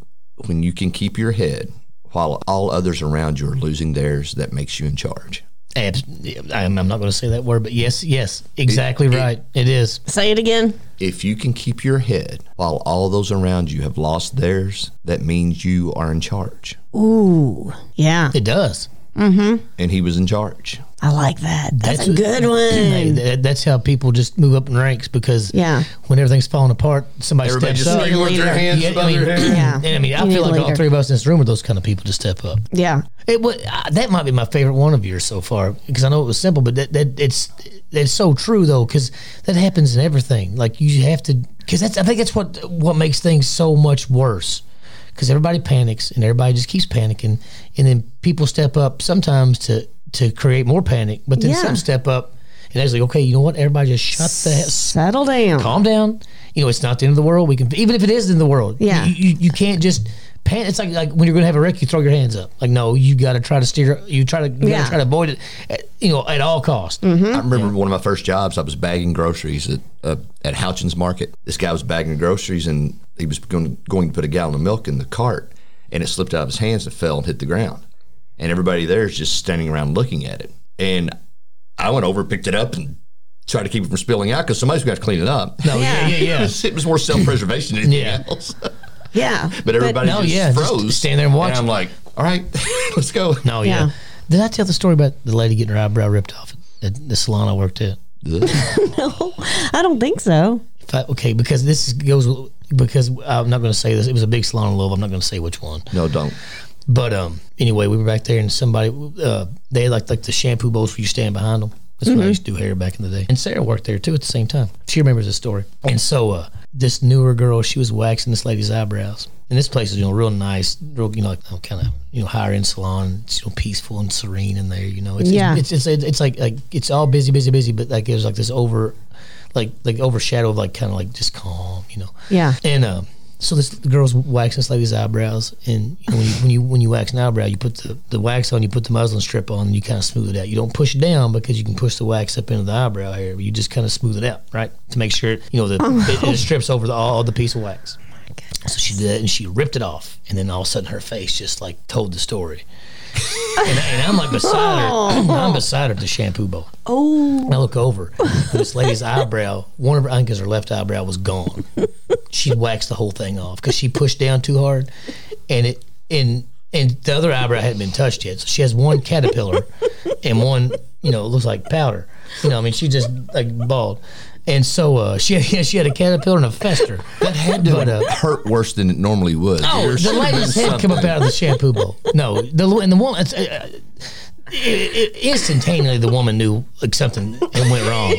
S2: "When you can keep your head while all others around you are losing theirs, that makes you in charge."
S3: abs- I'm I'm not going to say that word, but yes, yes, exactly
S2: it-
S3: right. It is.
S1: Say it again.
S2: If you can keep your head while all those around you have lost theirs, that means you are in charge.
S1: Ooh, yeah,
S3: It does.
S2: And he was in charge.
S1: I like that. That's, a
S3: what-
S1: good
S3: [clears throat] Hey,
S1: one.
S3: that- that's how people just move up in ranks because
S1: Yeah.
S3: when everything's falling apart, somebody
S2: Everybody
S3: steps
S2: just
S3: up.
S1: need a
S2: with their
S1: leader.
S2: hands
S3: Yeah, I
S2: above
S3: mean-
S2: their
S3: [clears throat]
S2: head.
S1: Yeah,
S3: And I mean, I
S1: You
S3: feel
S1: need a
S3: like all
S1: leader.
S3: three of us in this room are those kind of people to step up.
S1: Yeah,
S3: It was, uh, that might be my favorite one of yours so far because I know it was simple, but that, that it's it's so true though because that happens in everything. Like you have to because that's I think that's what what makes things so much worse because everybody panics and everybody just keeps panicking, and then people step up sometimes to to create more panic, but then
S1: Yeah.
S3: some step up and actually okay, you know what? Everybody just shut the hell
S1: settle down.
S3: calm down. You know, it's not the end of the world. We can, even if it is the end of the world.
S1: Yeah.
S3: you, you, you can't just pan. It's like like when you're going to have a wreck, you throw your hands up. Like no, you got to try to steer. You try to you
S1: Yeah.
S3: gotta try to avoid it. At, you know, at all costs.
S2: I remember one of my first jobs. I was bagging groceries at uh, at Houchins Market. This guy was bagging groceries, and he was going, going to put a gallon of milk in the cart, and it slipped out of his hands and fell and hit the ground. And everybody there is just standing around looking at it. And I went over, picked it up, and tried to keep it from spilling out because somebody's got to clean it up.
S3: No, Oh, yeah, yeah, yeah.
S2: [laughs] it was more self preservation than anything
S3: Yeah.
S2: else.
S1: Yeah, [laughs]
S2: But everybody
S3: No,
S2: just
S3: yeah, just
S2: froze.
S3: stand there and watch.
S2: I'm like, all right, [laughs] let's
S3: [laughs]
S2: go.
S3: no, yeah.
S1: Yeah.
S3: Did I tell the story about the lady getting her eyebrow ripped off at the salon I worked at?
S1: I don't think so.
S3: If I, okay, because this is, goes because I'm not going to say this. It was a big salon in Louisville. I'm not going to say which one.
S2: No, don't.
S3: But um, anyway, we were back there, and somebody uh, they had like like the shampoo bowls where you stand behind them. That's when I used to do hair back in the day. And Sarah worked there too at the same time. She remembers this story. And so uh, this newer girl, she was waxing this lady's eyebrows. And this place is you know real nice, real you know like kind of you know higher end salon. It's you know peaceful and serene in there. You know it's
S1: Yeah.
S3: it's, it's it's it's like like it's all busy, busy, busy. But like there's like this over, like like overshadow of like kind of like just calm. You know.
S1: Yeah.
S3: And um, so this the girl's waxing this lady's eyebrows, and you know, when you when you when you wax an eyebrow, you put the, the wax on, you put the muslin strip on, and you kind of smooth it out. You don't push it down because you can push the wax up into the eyebrow area. but You just kind of smooth it out, right, to make sure you know the
S1: Oh,
S3: it, it strips over the, all the piece of wax. So she did that, and she ripped it off, and then all of a sudden her face just like told the story. and, I, and I'm like beside
S1: [laughs]
S3: her. [clears throat] I'm beside her at the shampoo bowl.
S1: Oh,
S3: And I look over, and this lady's eyebrow, one of her, I think it was her left eyebrow, was gone. She waxed the whole thing off because she pushed down too hard, and it and and the other eyebrow hadn't been touched yet. So she has one caterpillar, and one you know it looks like powder. You know, I mean, she just like bald, and so uh, she [laughs] yeah, she had a caterpillar and a fester.
S2: That had to
S3: But, uh,
S2: hurt worse than it normally would.
S3: Oh, the lady's head come up out of the shampoo bowl. No, the and the woman. It's, uh, it, it, instantaneously, the woman knew like something had went wrong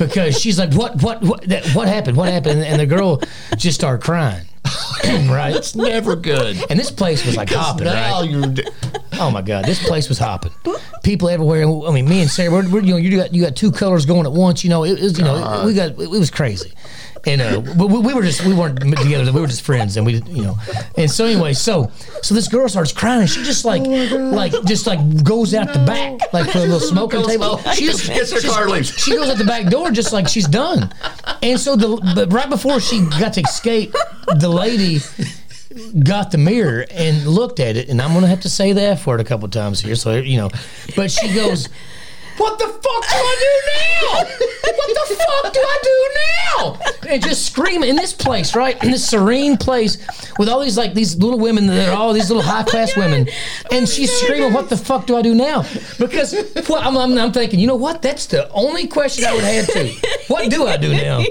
S3: because she's like, "What? What? What? That, what happened? What happened?" And the girl just started crying. [clears throat] right.
S2: never good.
S3: And this place was like hopping, right?
S2: Now you're d-
S3: Oh my God, this place was hopping. People everywhere. I mean, me and Sarah, we're, we're, you know, you got you got two colors going at once. You know, it was you know, we got it was crazy, and uh, we, we we were just we weren't together. We were just friends, and we you know, and so anyway, so so this girl starts crying, and she just like like just like goes out the back like for a little smoking table. She just
S2: gets her car leaves.
S3: she goes out the back door just like she's done. And so the but right before she got to escape, the lady got the mirror and looked at it. And I'm gonna have to say the F word a couple times here, so you know. But she goes, What the fuck do I do now? What the fuck do I do now? And just screaming in this place, right? In this serene place with all these like these little women that are all these little high class women. And she's screaming, What the fuck do I do now? Because well, I'm, I'm, I'm thinking, you know what? That's the only question I would have to. What do I do now?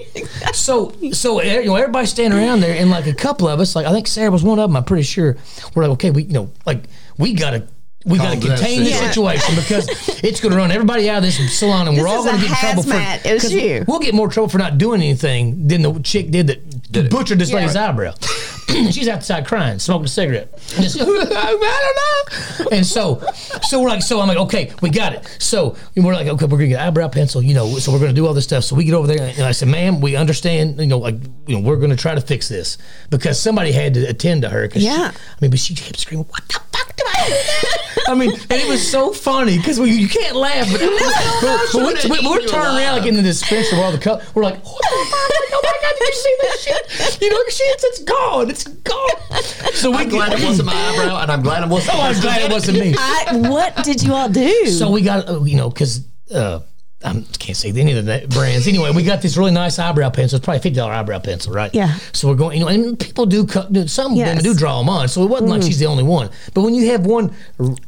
S3: So so e, you know, everybody's standing around there and like a couple of us, like I think Sarah was one of them, I'm pretty sure. We're like, okay, we you know, like we gotta we gotta
S2: Calm down,
S3: contain this
S2: Sarah.
S3: situation because it's going to run everybody out of this salon, and we're all
S1: is
S3: going
S1: a
S3: to get in trouble for.
S1: hazmat issue.
S3: 'cause We'll get more trouble for not doing anything than the chick did that butchered this lady's eyebrow. [clears throat] She's outside crying, smoking a cigarette. Just, [laughs] I don't know. And so, so we're like, so I'm like, okay, we got it. So we're like, okay, we're gonna get eyebrow pencil, you know. So we're gonna do all this stuff. So we get over there, and I said, ma'am, we understand, you know, like, you know, we're gonna try to fix this because somebody had to attend to her. 'cause she-
S1: Yeah.
S3: I mean, but she kept screaming, what the fuck do I do now?" I mean, and it was so funny because you can't laugh, but, but- but
S2: she would've
S3: we're, we're
S2: eaten you
S3: turning around
S2: alive.
S3: like in the dispenser where all the cup, we're like, "What the fuck? oh my god, you see that shit? You know, shit, it's gone. It's gone. So we
S2: I'm glad it wasn't my eyebrow, and I'm glad it wasn't.
S3: Oh, I'm glad it
S2: [laughs]
S3: wasn't me.
S1: I, what did you all do?
S3: So we got, uh, you know, because uh, I can't say any of the na- brands. Anyway, we got this really nice eyebrow pencil. It's probably fifty dollar eyebrow pencil, right?
S1: Yeah.
S3: So we're going, you know, and people do cut. do- Some
S1: Yes. Mm.
S3: women do draw them on, so it wasn't like she's the only one. But when you have one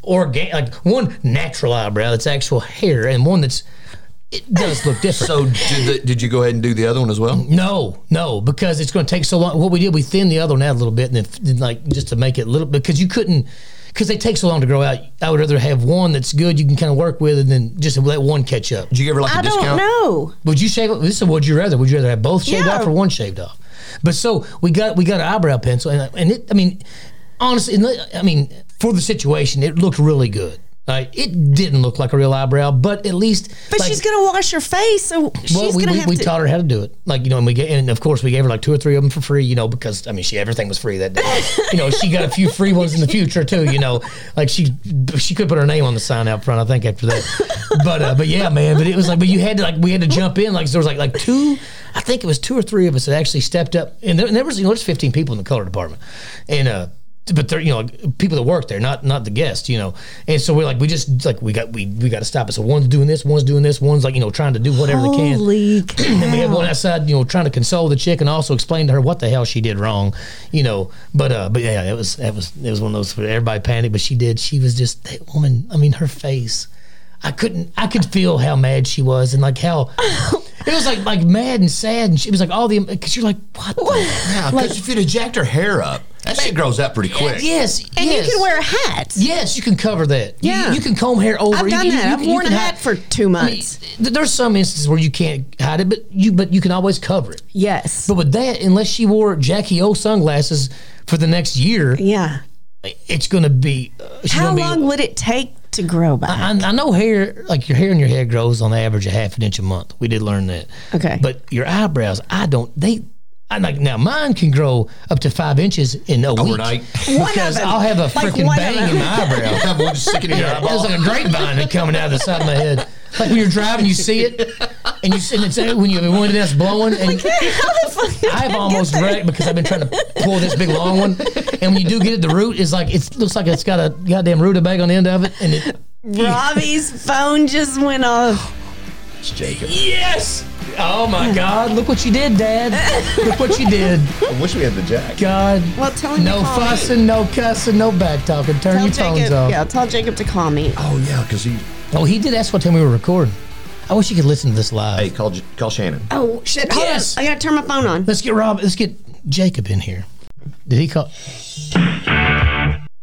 S3: organic, like one natural eyebrow that's actual hair, and one that's it does look different.
S2: So did, the, did you go ahead and do the other one as well?
S3: No, no, because it's going to take so long. What we did, we thinned the other one out a little bit, and then, then like just to make it a little because you couldn't because they take so long to grow out. I would rather have one that's good you can kind of work with, and then just let one catch up.
S2: Did you give her like a
S1: I
S2: discount?
S1: don't know.
S3: Would you shave? This is would you rather? Would you rather have both shaved
S1: Yeah.
S3: off or one shaved off? But so we got we got an eyebrow pencil, and and it. I mean, honestly, and let- I mean for the situation, it looked really good. Like it didn't look like a real eyebrow, but at least.
S1: But
S3: like,
S1: she's gonna wash her face, so she's
S3: we,
S1: gonna
S3: we,
S1: have
S3: we
S1: to.
S3: taught her how to do it. Like, you know, and we gave, and of course we gave her like two or three of them for free, you know, because I mean, she, everything was free that day. you know, she got a few free ones in the future too, you know, like she, she could put her name on the sign out front, I think after that. but, uh, but yeah, man, but it was like, but you had to like, we had to jump in. Like, so there was like, like two, I think it was two or three of us that actually stepped up and there, and there was, you know, there's 15 people in the color department and, uh, but they're you know people that work there, not not the guests, you know. And so we're like, we just like we got we we got to stop it. So one's doing this, one's doing this, one's like you know trying to do whatever they can.
S1: Holy
S3: [clears throat] And we had
S1: cow.
S3: one outside, you know, trying to console the chick and also explain to her what the hell she did wrong, you know. But uh, but yeah, it was that was it was one of those where everybody panicked, but she did. She was just that woman. I mean, her face. I couldn't. I could feel how mad she was and
S1: [laughs]
S3: like how it was like like mad and sad, and she was like all the because you're like what. the-
S2: Yeah, because if you'd have jacked her hair up, that shit grows out pretty quick.
S3: Yes,
S1: and
S3: yes.
S1: you can wear a hat.
S3: Yes, you can cover that. You-
S1: Yeah.
S3: you, can comb hair over.
S1: I've
S3: You-
S1: done
S3: you-
S1: that.
S3: you-
S1: I've
S3: you
S1: worn a
S3: can
S1: hat
S3: hide-
S1: for two months.
S3: Th- There's some instances where you can't hide it, but you but you can always cover it.
S1: Yes.
S3: But with that, unless she wore Jackie O sunglasses for the next year,
S1: yeah.
S3: it's gonna be. Uh, she's
S1: How
S3: gonna be-
S1: long would it take to grow back?
S3: I, I know hair, like your hair in your head grows on average a half an inch a month. We did learn that.
S1: Okay.
S3: But your eyebrows, I don't. They, I like now mine can grow up to five inches in a
S2: Overnight.
S3: week.
S1: One of
S3: Because
S1: them.
S3: I'll have a
S1: Like
S3: freaking
S1: one of
S3: bang
S1: them.
S3: in my
S1: [laughs]
S3: eyebrow.
S2: We'll just stick it in your
S3: Yeah, it was
S2: eyeball.
S3: like a grapevine that coming out of the side of my head. Like when you're driving, you see it, and you see and it's when you have one that's blowing. And I've almost wrecked because I've been trying to pull this big long one, and when you do get it, the root is like it looks like it's got a goddamn rutabaga on the end of it, and it.
S1: [laughs] Robbie's phone just went off.
S2: It's Jacob.
S3: Yes. Oh my God! Look what you did, Dad! Look what you did,
S4: I wish we had the jack.
S3: God!
S1: Well, tell him
S3: No
S1: to call me.
S3: fussing, no cussing, no back talking. Turn
S1: Tell
S3: your
S1: Jacob,
S3: phones off.
S1: Yeah, tell Jacob to call me.
S2: Oh yeah, because he.
S3: Oh, he did ask what time we were recording. I wish you could listen to this live.
S2: Hey, call J- call Shannon.
S1: Oh shit! Hold
S3: Yes.
S1: on. I gotta turn my phone on.
S3: Let's get Rob. Let's get Jacob in here. Did he call?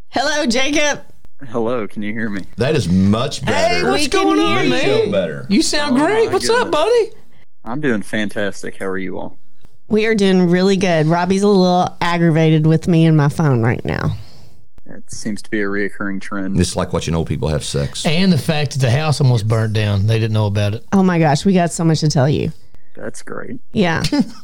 S1: Hello, Jacob.
S6: Hello, can you hear me?
S2: That is much
S1: Hey,
S2: better.
S1: we can hear
S2: Much
S1: you.
S2: better.
S3: You sound
S6: Oh,
S3: great.
S6: my
S3: What's up,
S6: goodness.
S3: buddy?
S6: I'm doing fantastic. How are you all?
S1: We are doing really good. Robbie's a little aggravated with me and my phone right now.
S6: It seems to be a reoccurring trend.
S2: It's like watching old people have sex.
S3: And the fact that the house almost burnt down. They didn't know about it.
S1: Oh my gosh, we got so much to tell you.
S6: That's great.
S1: Yeah.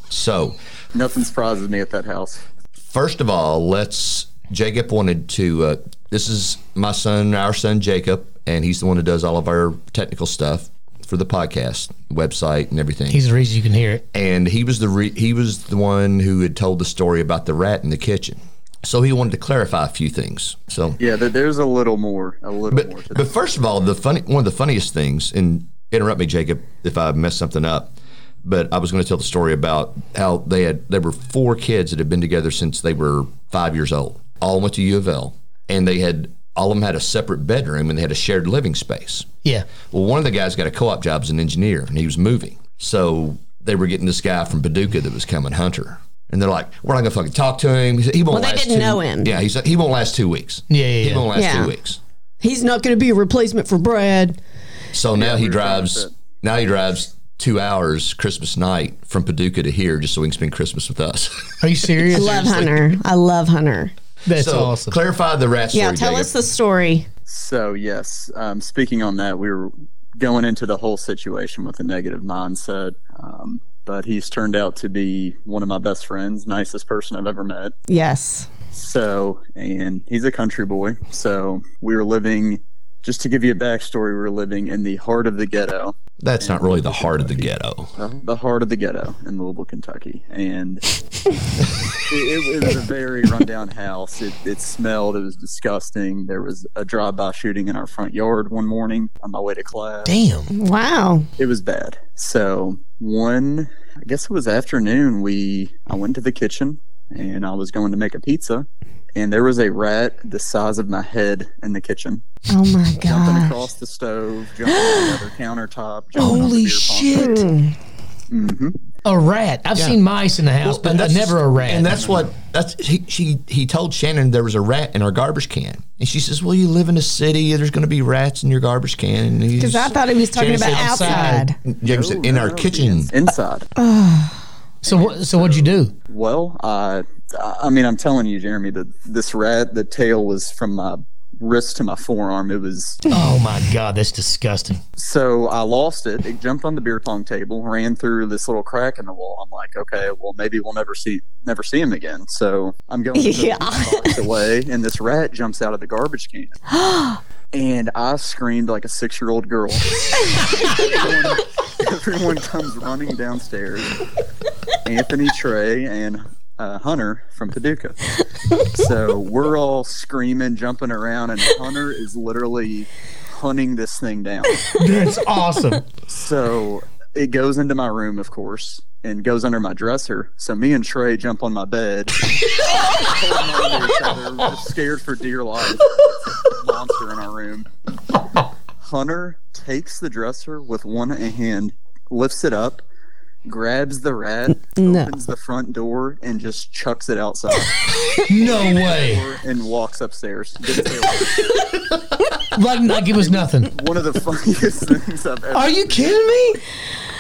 S2: So,
S6: Nothing surprises me at that house.
S2: first of all, let's. Jacob wanted to. Uh, this is my son, our son Jacob, and he's the one that does all of our technical stuff for the podcast, website, and everything.
S3: He's the reason you can hear it.
S2: and he was the re- he was the one who had told the story about the rat in the kitchen. So he wanted to clarify a few things. So
S6: Yeah, there, there's a little more, a little more to
S2: But, but first of all, the funny one of the funniest things, and interrupt me, Jacob, if I mess something up. But I was going to tell the story about how they had there were four kids that had been together since they were five years old. All went to U of L, and they had all of them had a separate bedroom and they had a shared living space.
S3: Yeah.
S2: Well, one of the guys got a co-op job as an engineer, and he was moving. So they were getting this guy from Paducah that was coming, Hunter. And they're like, "We're not gonna fucking talk to him. He said, He won't."
S1: Well, they
S2: last
S1: didn't
S2: two-
S1: know him.
S2: Yeah, he said he won't last two weeks.
S3: Yeah, yeah,
S2: He
S3: yeah.
S2: won't last
S1: Yeah.
S2: two weeks.
S1: He's not going to be a replacement for Brad.
S2: So now he
S6: we were talking
S2: drives.
S6: about that.
S2: Now he drives two hours Christmas night from Paducah to here just so he can spend Christmas with us. [laughs]
S3: Are you serious?
S1: Love Hunter. I love Hunter.
S3: That's
S2: so
S3: awesome.
S2: clarify the rat story.
S1: Yeah, tell
S2: Jacob.
S1: us the story.
S6: So yes, um, speaking on that, we were going into the whole situation with a negative mindset, um, but he's turned out to be one of my best friends, nicest person I've ever met.
S1: Yes.
S6: So, and he's a country boy. So we were living, just to give you a backstory, we were living in the heart of the ghetto.
S2: That's not really the heart of the ghetto.
S6: the, the heart of the ghetto in Louisville, Kentucky,
S3: [laughs]
S6: and it, it was a very rundown house. It, it smelled. It was disgusting. There was a drive-by shooting in our front yard one morning on my way to class.
S3: Damn.
S1: Wow.
S6: It was bad. So one, I guess it was afternoon. We I went to the kitchen and I was going to make a pizza, and there was a rat the size of my head in the kitchen
S1: Oh my
S6: jumping
S1: God.
S6: across the stove, jumping on the
S3: [gasps]
S6: other countertop. Jumping on the
S3: Holy
S6: beer
S3: shit.
S6: Mm-hmm.
S3: A rat. I've seen mice in the house,
S2: Well,
S3: but
S2: that's-
S3: never a rat.
S2: And that's what that's he she he told Shannon there was a rat in our garbage can, and she says, "Well, you live in a city, there's going to be rats in your garbage can." And he's-
S1: Because I thought he was talking
S2: Shannon
S1: about
S2: said,
S1: outside.
S2: James said, "In our kitchen."
S6: inside.
S3: so what? So what'd you do?
S6: Well, uh, I I mean, I'm telling you, Jeremy, that this rat, the tail was from my wrist to my forearm. It was
S3: Oh my god, that's disgusting.
S6: so I lost it. It jumped on the beer pong table, ran through this little crack in the wall. I'm like, okay, well, maybe we'll never see never see him again. So I'm going to
S1: Yeah.
S6: yeah. box away, and this rat jumps out of the garbage can. And I screamed like a six year old girl. everyone, everyone comes running downstairs. Anthony, Trey, and uh, Hunter from Paducah. So we're all screaming, jumping around, and Hunter is literally hunting this thing down.
S3: That's awesome.
S6: So it goes into my room, of course, and goes under my dresser. So me and Trey jump on my bed, holding on to each other, just scared for dear life. Monster in our room. Hunter takes the dresser with one hand, lifts it up, grabs the rat,
S1: No.
S6: opens the front door, and just chucks it outside
S3: No way.
S6: and walks upstairs. Didn't say a word.
S3: Like like it was nothing.
S6: One of the funniest things I've ever.
S3: Are you kidding me?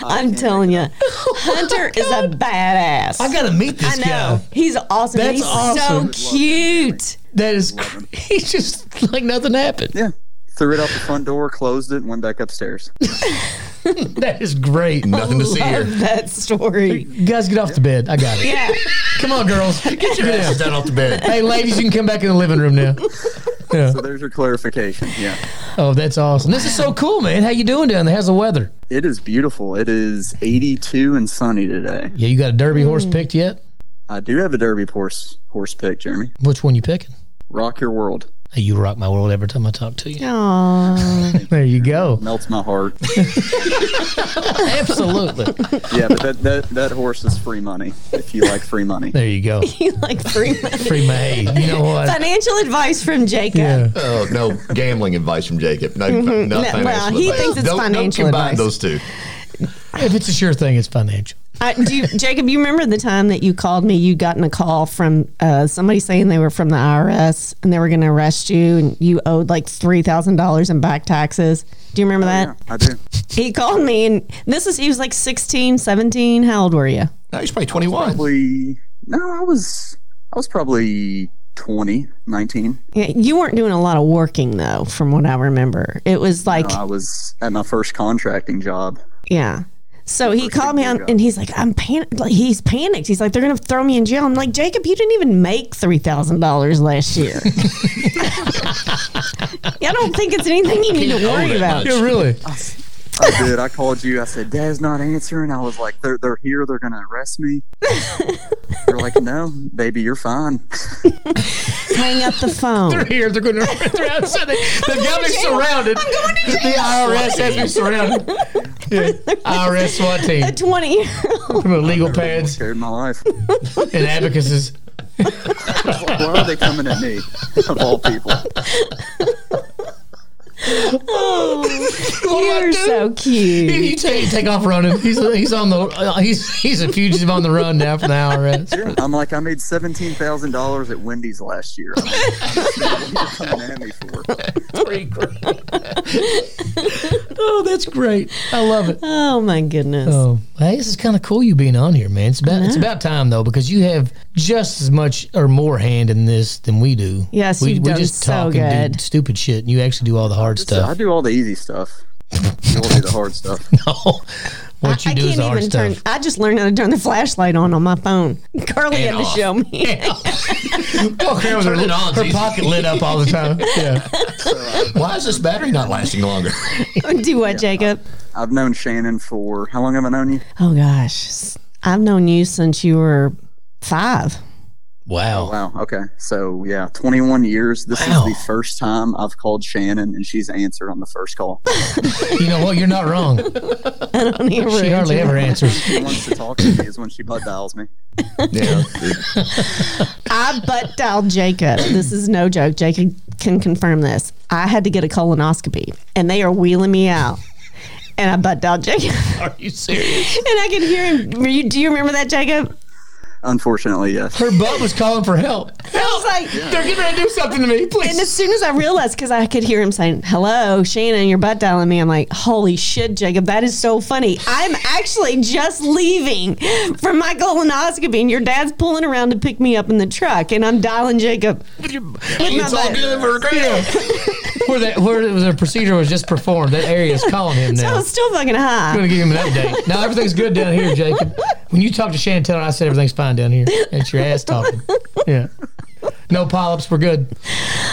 S1: I'm telling you, Hunter is a badass.
S3: I gotta meet
S1: I
S3: this
S1: know.
S3: guy.
S1: He's awesome.
S3: That's
S1: He's
S3: awesome.
S1: so cute.
S3: That is. cr- He's just like nothing happened.
S6: Yeah. Threw it out the front door, closed it, and went back upstairs.
S3: That is great.
S2: Nothing to see here.
S1: Love that story.
S3: You guys, get off the bed. I got it.
S1: [laughs] Yeah.
S3: Come on, girls. Get your
S2: Sit
S3: ass down.
S2: down off the bed.
S3: Hey, ladies, you can come back in the living room now. Yeah.
S6: So there's your clarification. Yeah.
S3: Oh, that's awesome. This is so cool, man. How you doing down there? How's the weather?
S6: It is beautiful. It is 82 and sunny today.
S3: Yeah, you got a derby horse picked yet?
S6: I do have a derby horse horse pick, Jeremy.
S3: Which one you picking?
S6: Rock your world.
S3: Hey, you rock my world every time I talk to
S1: [laughs]
S3: you.
S1: Aww.
S3: [laughs] There you go.
S6: Melts my heart.
S3: Absolutely.
S6: yeah, but that, that, that horse is free money if you like free money.
S3: [laughs] There you go.
S1: You like free money.
S3: Free May. You know what?
S1: Financial advice from Jacob.
S3: [laughs] Yeah.
S2: Oh no, gambling advice from Jacob. No, not
S1: Mm-hmm. No,
S2: financial
S1: well, he
S2: advice.
S1: thinks it's
S2: don't,
S1: financial
S2: don't combine
S1: advice.
S2: those two.
S3: If it's a sure thing, it's financial.
S1: I, do you, Jacob, you remember the time that you called me? You gotten a call from uh, somebody saying they were from the IRS and they were going to arrest you, and you owed like three thousand dollars in back taxes. Do you remember that?
S6: Yeah, I do.
S1: He called me, and this is he was like 16, 17. How old were you?
S2: No, he's probably twenty one.
S6: Probably, no, I was I was probably 20, 19.
S1: Yeah, you weren't doing a lot of working though, from what I remember. It was like
S6: I was at my first contracting job.
S1: Yeah. So he called me on, and he's like, "I'm pan- like he's panicked. He's like, they're gonna throw me in jail." I'm like, "Jacob, you didn't even make three thousand dollars last
S3: [laughs]
S1: year. [laughs] I don't think it's anything you need to worry about."
S3: [laughs] Yeah, really.
S6: I did. I called you. I said, Dad's not answering. I was like, they're, they're here. They're going to arrest me. They're like, no, baby, you're fine.
S1: Hang up the phone.
S3: Here, they're going to. They're [laughs] outside. They, they've got me surrounded. I'm going to The IRS has me surrounded. [laughs] Yeah. IRS SWAT
S1: A
S3: team
S1: twenty year old.
S3: from legal pads
S6: Scared my life.
S3: and advocacies.
S6: Why are they coming at me, of all people?
S3: What do I
S1: [laughs] You're
S3: do?
S1: so
S3: He-
S1: cute.
S3: You take take off running. He's he's on the uh, he's he's a fugitive on the run now from the [laughs] IRS.
S6: I'm like, I made seventeen thousand dollars at Wendy's last year. [laughs] I'm like, what are you coming at me for?
S3: Oh, that's great. I love it.
S1: Oh my goodness.
S3: Oh, hey, this is kind of cool. You being on here, man. It's about it's about time though because you have just as much or more hand in this than we do.
S1: Yes,
S3: we,
S1: you've
S3: we
S1: done
S3: just
S1: so
S3: talk and do
S1: good.
S3: stupid shit, and you actually do all the hard
S6: So I
S3: stuff. [laughs]
S6: do all the easy stuff. You'll do the hard stuff.
S3: No. What you
S1: I
S3: do is
S1: can't
S3: the hard
S1: even turn.
S3: stuff.
S1: [laughs] I just learned how to turn the flashlight on on my phone. [laughs] Carly
S2: And
S1: had to
S2: off.
S1: show
S3: [laughs]
S1: me. [laughs]
S3: Oh, Karen was
S2: Turn it on,
S3: her, her
S2: Jesus.
S3: pocket lit up all
S1: [laughs]
S3: the time. Yeah.
S2: Why is this battery not lasting longer? [laughs]
S1: Do what, Jacob?
S6: I've known Shannon for how long have I known you?
S1: Oh gosh, I've known you since you were five.
S3: Wow.
S6: Wow. Okay. So yeah, 21 years. This
S3: Wow.
S6: is the first time I've called Shannon, and she's answered on the first call.
S3: You know what? You're not wrong.
S1: I don't even
S3: She hardly ever answers.
S6: She wants to talk to me is when she butt dials me.
S2: yeah.
S1: I butt dialed Jacob. This is no joke. Jacob can confirm this. I had to get a colonoscopy, and they are wheeling me out. And I butt dialed Jacob, [laughs] and
S3: Are you serious?
S1: I could hear him. Were you- Do you remember that, Jacob?
S6: Unfortunately, yes.
S3: Her butt was calling for help.
S1: I was like,
S3: [laughs] They're getting ready to do something to me.
S1: And as
S3: Please.
S1: soon as I realized, because I could hear him saying, "Hello, Shannon, your butt dialing me," I'm like, "Holy shit, Jacob, that is so funny." I'm actually just leaving from my colonoscopy, and your dad's pulling around to pick me up in the truck, and I'm dialing Jacob.
S2: it's all good for a
S3: Yeah. where that where it was a procedure was just performed. That area is calling him
S1: I
S3: now.
S1: was still fucking high.
S3: I'm gonna give him an update. Now everything's good down here, Jacob. When you talk to Shannon, tell her I said everything's fine down here. It's your ass talking. Yeah. No polyps. We're good.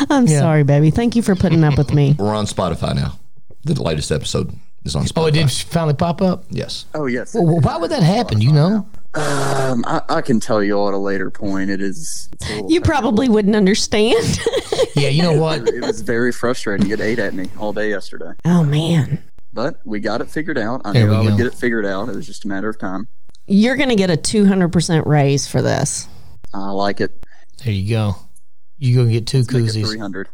S1: I'm sorry, baby. Thank you for putting up with
S3: [laughs]
S1: me.
S2: We're on Spotify now. The latest episode is on Spotify.
S3: Oh, it did finally pop up.
S2: Yes.
S6: Oh yes.
S3: Well, why would that happen? You know.
S6: Um, I, I can tell you all at a later point. It is. It's a little
S1: You probably wouldn't understand. [laughs]
S3: Yeah. You know what?
S6: it was very frustrating. It ate at me all day yesterday,
S1: oh man,
S6: but we got it figured out. I
S3: There
S6: knew
S3: we
S6: I would
S3: go.
S6: get it figured out. It was just a matter of time.
S1: you're gonna get a 200 percent raise for this.
S6: I like it.
S3: There you go. You gonna get two
S6: Make it
S3: koozies.
S6: 300.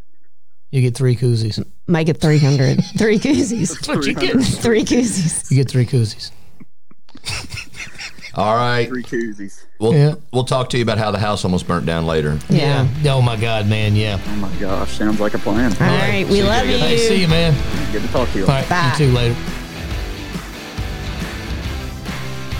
S3: You get three koozies.
S1: Make it
S3: [laughs]
S1: 300. Three koozies.
S3: What you get?
S6: 300.
S1: Three koozies.
S3: You get three koozies.
S2: All right.
S6: Three koozies.
S2: We'll,
S3: Yeah.
S2: we'll talk to you about how the house almost burnt down later.
S1: Yeah.
S3: Oh my God, man. Yeah.
S6: Oh my gosh, sounds like a plan.
S1: All right, we love you.
S3: Hey, see you, man.
S6: Good to talk to you.
S3: All right,
S1: Bye.
S3: you too later. What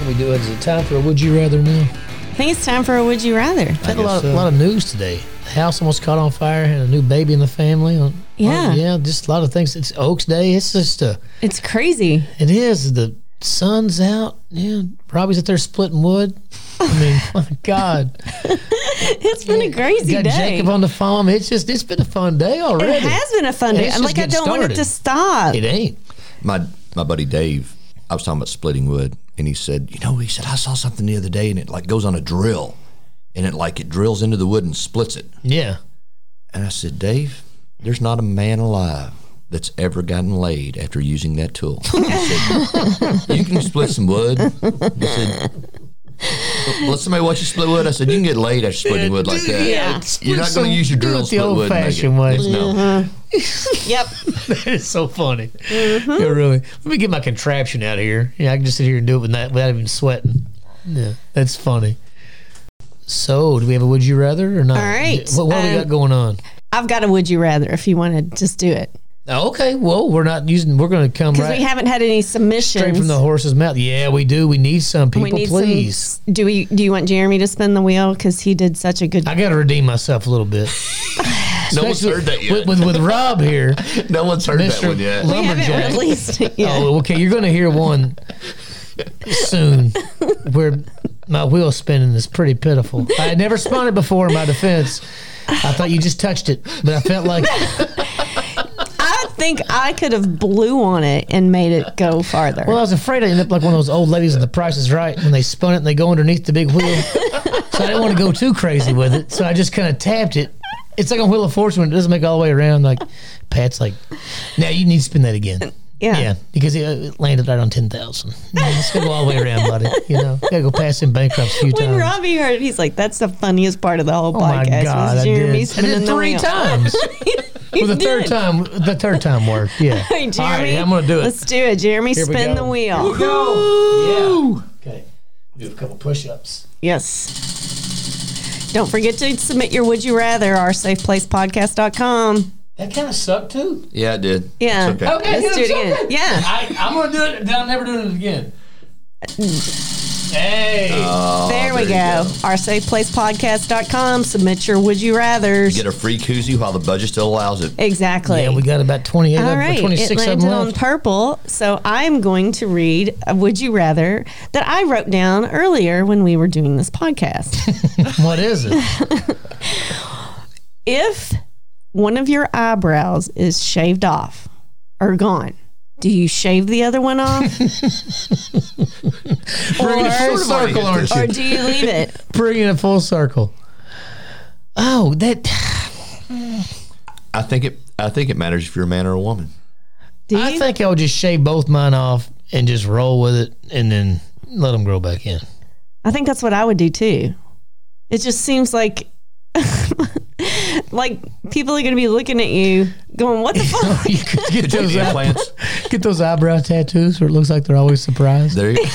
S3: we do is it time for a would you rather now?
S1: I think it's time for a would you rather.
S3: Had a lot,
S2: guess so.
S3: lot of news today. The house almost caught on fire. Had a new baby in the family. Uh,
S1: Yeah.
S3: yeah. Just a lot of things. It's Oaks Day. It's just a.
S1: It's crazy.
S3: It is the sun's out. Yeah, Robbie's out there splitting wood. I mean, [laughs] my
S1: [laughs]
S3: God,
S1: It's been a crazy
S3: got
S1: day.
S3: Jacob on the farm. It's just it's been a fun day already.
S1: it has been a fun day.
S3: It's
S1: I'm
S3: just
S1: like, I
S3: getting
S1: don't want it to
S3: started.
S1: stop.
S3: It ain't.
S2: My my buddy Dave, I was talking about splitting wood, and he said, you know, he said I saw something the other day, and it like goes on a drill, and it like it drills into the wood and splits it.
S3: Yeah.
S2: And I said, Dave, there's not a man alive that's ever gotten laid after using that tool. [laughs] I said, you can split some wood. I said, let somebody watch you split wood. I said, you can get laid after splitting wood like that.
S3: Yeah.
S2: You're not going to use your drill to
S3: Do it the
S2: split wood. and make it.
S3: old-fashioned way.
S2: It's no.
S1: Yep.
S3: [laughs] It's so funny. Yeah, really. Let me get my contraption out of here. Yeah, I can just sit here and do it without, without even sweating. Yeah, that's funny. So, do we have a would you rather or not?
S1: All right,
S3: What, what we
S1: um,
S3: got going on?
S1: I've got a would you rather if you want to just do it.
S3: Oh, Okay, well, we're not using, we're going to come
S1: Because
S3: right
S1: we haven't had any submissions.
S3: straight from the horse's mouth. Yeah, we do. We need some people,
S1: we need
S3: please.
S1: some. Do we? Do you want Jeremy to spin the wheel? Because he did such a good.
S3: I got to redeem myself a little bit.
S2: No one's heard that yet.
S3: With, with, with Rob here,
S2: No one's heard that
S3: Mr.
S2: one yet.
S1: we haven't
S3: Lumberjack.
S1: released [laughs] it yet.
S3: Oh, okay. You're going to hear one soon where my wheel spinning is pretty pitiful. I had never spun it before in my defense. I thought you just touched it, but I felt like
S1: I think I could have blew on it and made it go farther.
S3: well, I was afraid I would end up like one of those old ladies in The Price is Right when they spun it and they go underneath the big
S1: [laughs]
S3: wheel. So I didn't want to go too crazy with it, so I just kind of tapped it. It's like a wheel of fortune when it doesn't make it all the way around. Like Pat's like, now you need to spin that again.
S1: [laughs] yeah.
S3: Yeah, because it, it landed right on ten thousand. It's gonna go all the way around, buddy. You know, gotta go past him bankrupts a few
S1: When
S3: times.
S1: Robbie heard it, he's like, "That's the funniest part of the whole
S3: oh my
S1: podcast."
S3: god,
S1: was
S3: I
S1: Jeremy
S3: did. I
S1: spinning
S3: did
S1: the
S3: three
S1: wheel. [laughs]
S3: times.
S1: He
S3: well, the third
S1: did.
S3: time, the third time
S1: [laughs]
S3: worked. Yeah.
S1: All right,
S3: all
S1: Jeremy,
S3: right, I'm gonna do it.
S1: Let's do it, Jeremy.
S3: Here we
S1: spin
S3: go.
S1: the wheel.
S3: go. Yeah. Okay. Do a couple push-ups.
S1: Yes. Don't forget to submit your would you rather our safeplacepodcast.com.
S3: That kind of sucked too.
S2: Yeah, it did.
S1: Yeah.
S2: It's okay.
S3: Okay,
S1: Let's do it again. Yeah.
S3: I, I'm gonna do it. and I'm never doing it again. Hey.
S1: there we
S2: there
S1: go.
S2: you
S1: Our safeplacepodcast.com. Submit your would you rathers.
S2: Get a free koozie while the budget still allows it.
S1: exactly.
S3: yeah, we got about 28
S1: All
S3: of
S1: right,
S3: them, or
S1: it
S3: 26 of
S1: landed
S3: them
S1: on
S3: left.
S1: purple. So I'm going to read a Would You Rather that I wrote down earlier when we were doing this podcast.
S3: what is
S1: [laughs]
S3: it?
S1: if one of your eyebrows is shaved off or gone, do you shave the other one off
S3: Bringing it full
S1: or,
S3: circle, aren't
S1: or
S3: [laughs] you?
S1: do you leave it?
S3: Bringing it full circle. Oh, that.
S2: I think it. I think it matters if you're a man or a woman.
S1: Do you?
S3: I think I would just shave both mine off and just roll with it and then let them grow back in. [laughs]
S1: I think that's what I would do too. It just seems like [laughs] like people are going to be looking at you going, "What the fuck?"
S3: Oh, you could get those, eye-
S2: Implants.
S3: get those eyebrow tattoos where it looks like they're always surprised.
S2: There. You,
S3: [laughs]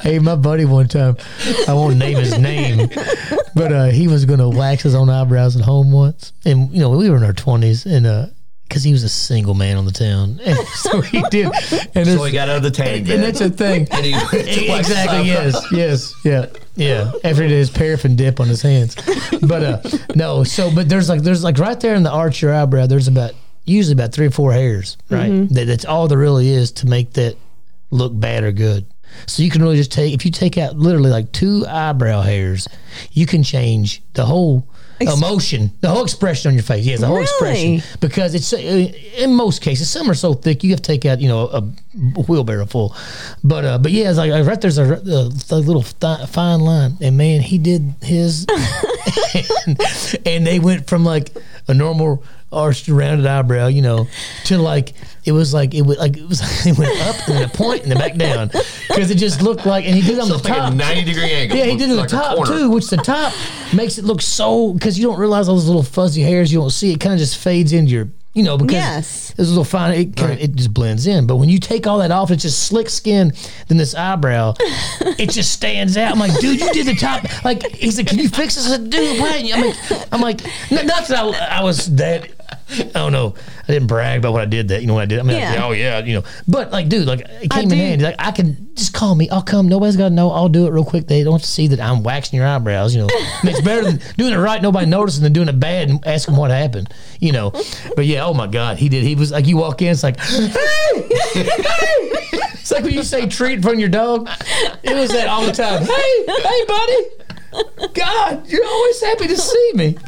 S3: Hey, my buddy one time, I won't name his name, but uh, he was going to wax his own eyebrows at home once. And, you know, we were in our 20s and, uh, because he was a single man on the town, and so he did, and,
S2: so
S3: it's-
S2: he got out of the tanning
S3: and
S2: bed.
S3: that's a thing.
S2: And he went to wax his
S3: exactly. Yes. Yes. Yeah. Yeah. After he did his paraffin dip on his hands, but uh, no. So, but there's like there's like right there in the arch of your eyebrow. There's about usually about three or four hairs, right? That, that's all there really is to make that look bad or good. So you can really just take if you take out literally like two eyebrow hairs, you can change the whole. Emotion, the whole expression on your face, yes, the whole
S1: Really?
S3: expression, because it's uh, in most cases some are so thick you have to take out you know a wheelbarrow full, but uh, but yeah, it's like right there's a, a, a little th- fine line, and man, he did
S2: [laughs]
S3: his [laughs] and they went from like a normal arched rounded eyebrow, you know, to like it was like it was like it was [laughs] it went up and then a point and then back down because it just looked like and he did it on
S2: So
S3: the
S2: it's like
S3: top.
S2: a 90 degree angle.
S3: yeah, he did it on
S2: Like
S3: the
S2: a
S3: top
S2: corner.
S3: too, which the top makes it look so because you don't realize all those little fuzzy hairs you don't see. It kind of just fades into your, you know, because
S1: Yes.
S3: this little fine. It kind
S2: Right.
S3: it just blends in. But when you take all that off, it's just slick skin. Then
S1: [laughs]
S3: this eyebrow, it just stands out. I'm like, dude, you did the top. Like he said, can you fix this? I said, dude, why? didn't you?" I'm like, I'm like, "No, not that I, I was that. I don't know. I didn't brag about what I did. That you know what I did. I mean,
S1: Yeah.
S3: like, oh yeah, you know. But like, dude, like it
S1: I
S3: came in
S1: do-
S3: handy. Like I can just call me. I'll come. Nobody's got to know. I'll do it real quick. They don't have to see that I'm waxing your eyebrows. You know, I mean, it's better than doing it right, nobody noticing, than doing it bad and asking what happened. You know, but yeah, oh my god, he did. He was like, you walk in, it's like, hey, hey. it's like when you say treat in front of your dog. It was that all the time. Hey, hey, buddy. God, you're always happy to see me.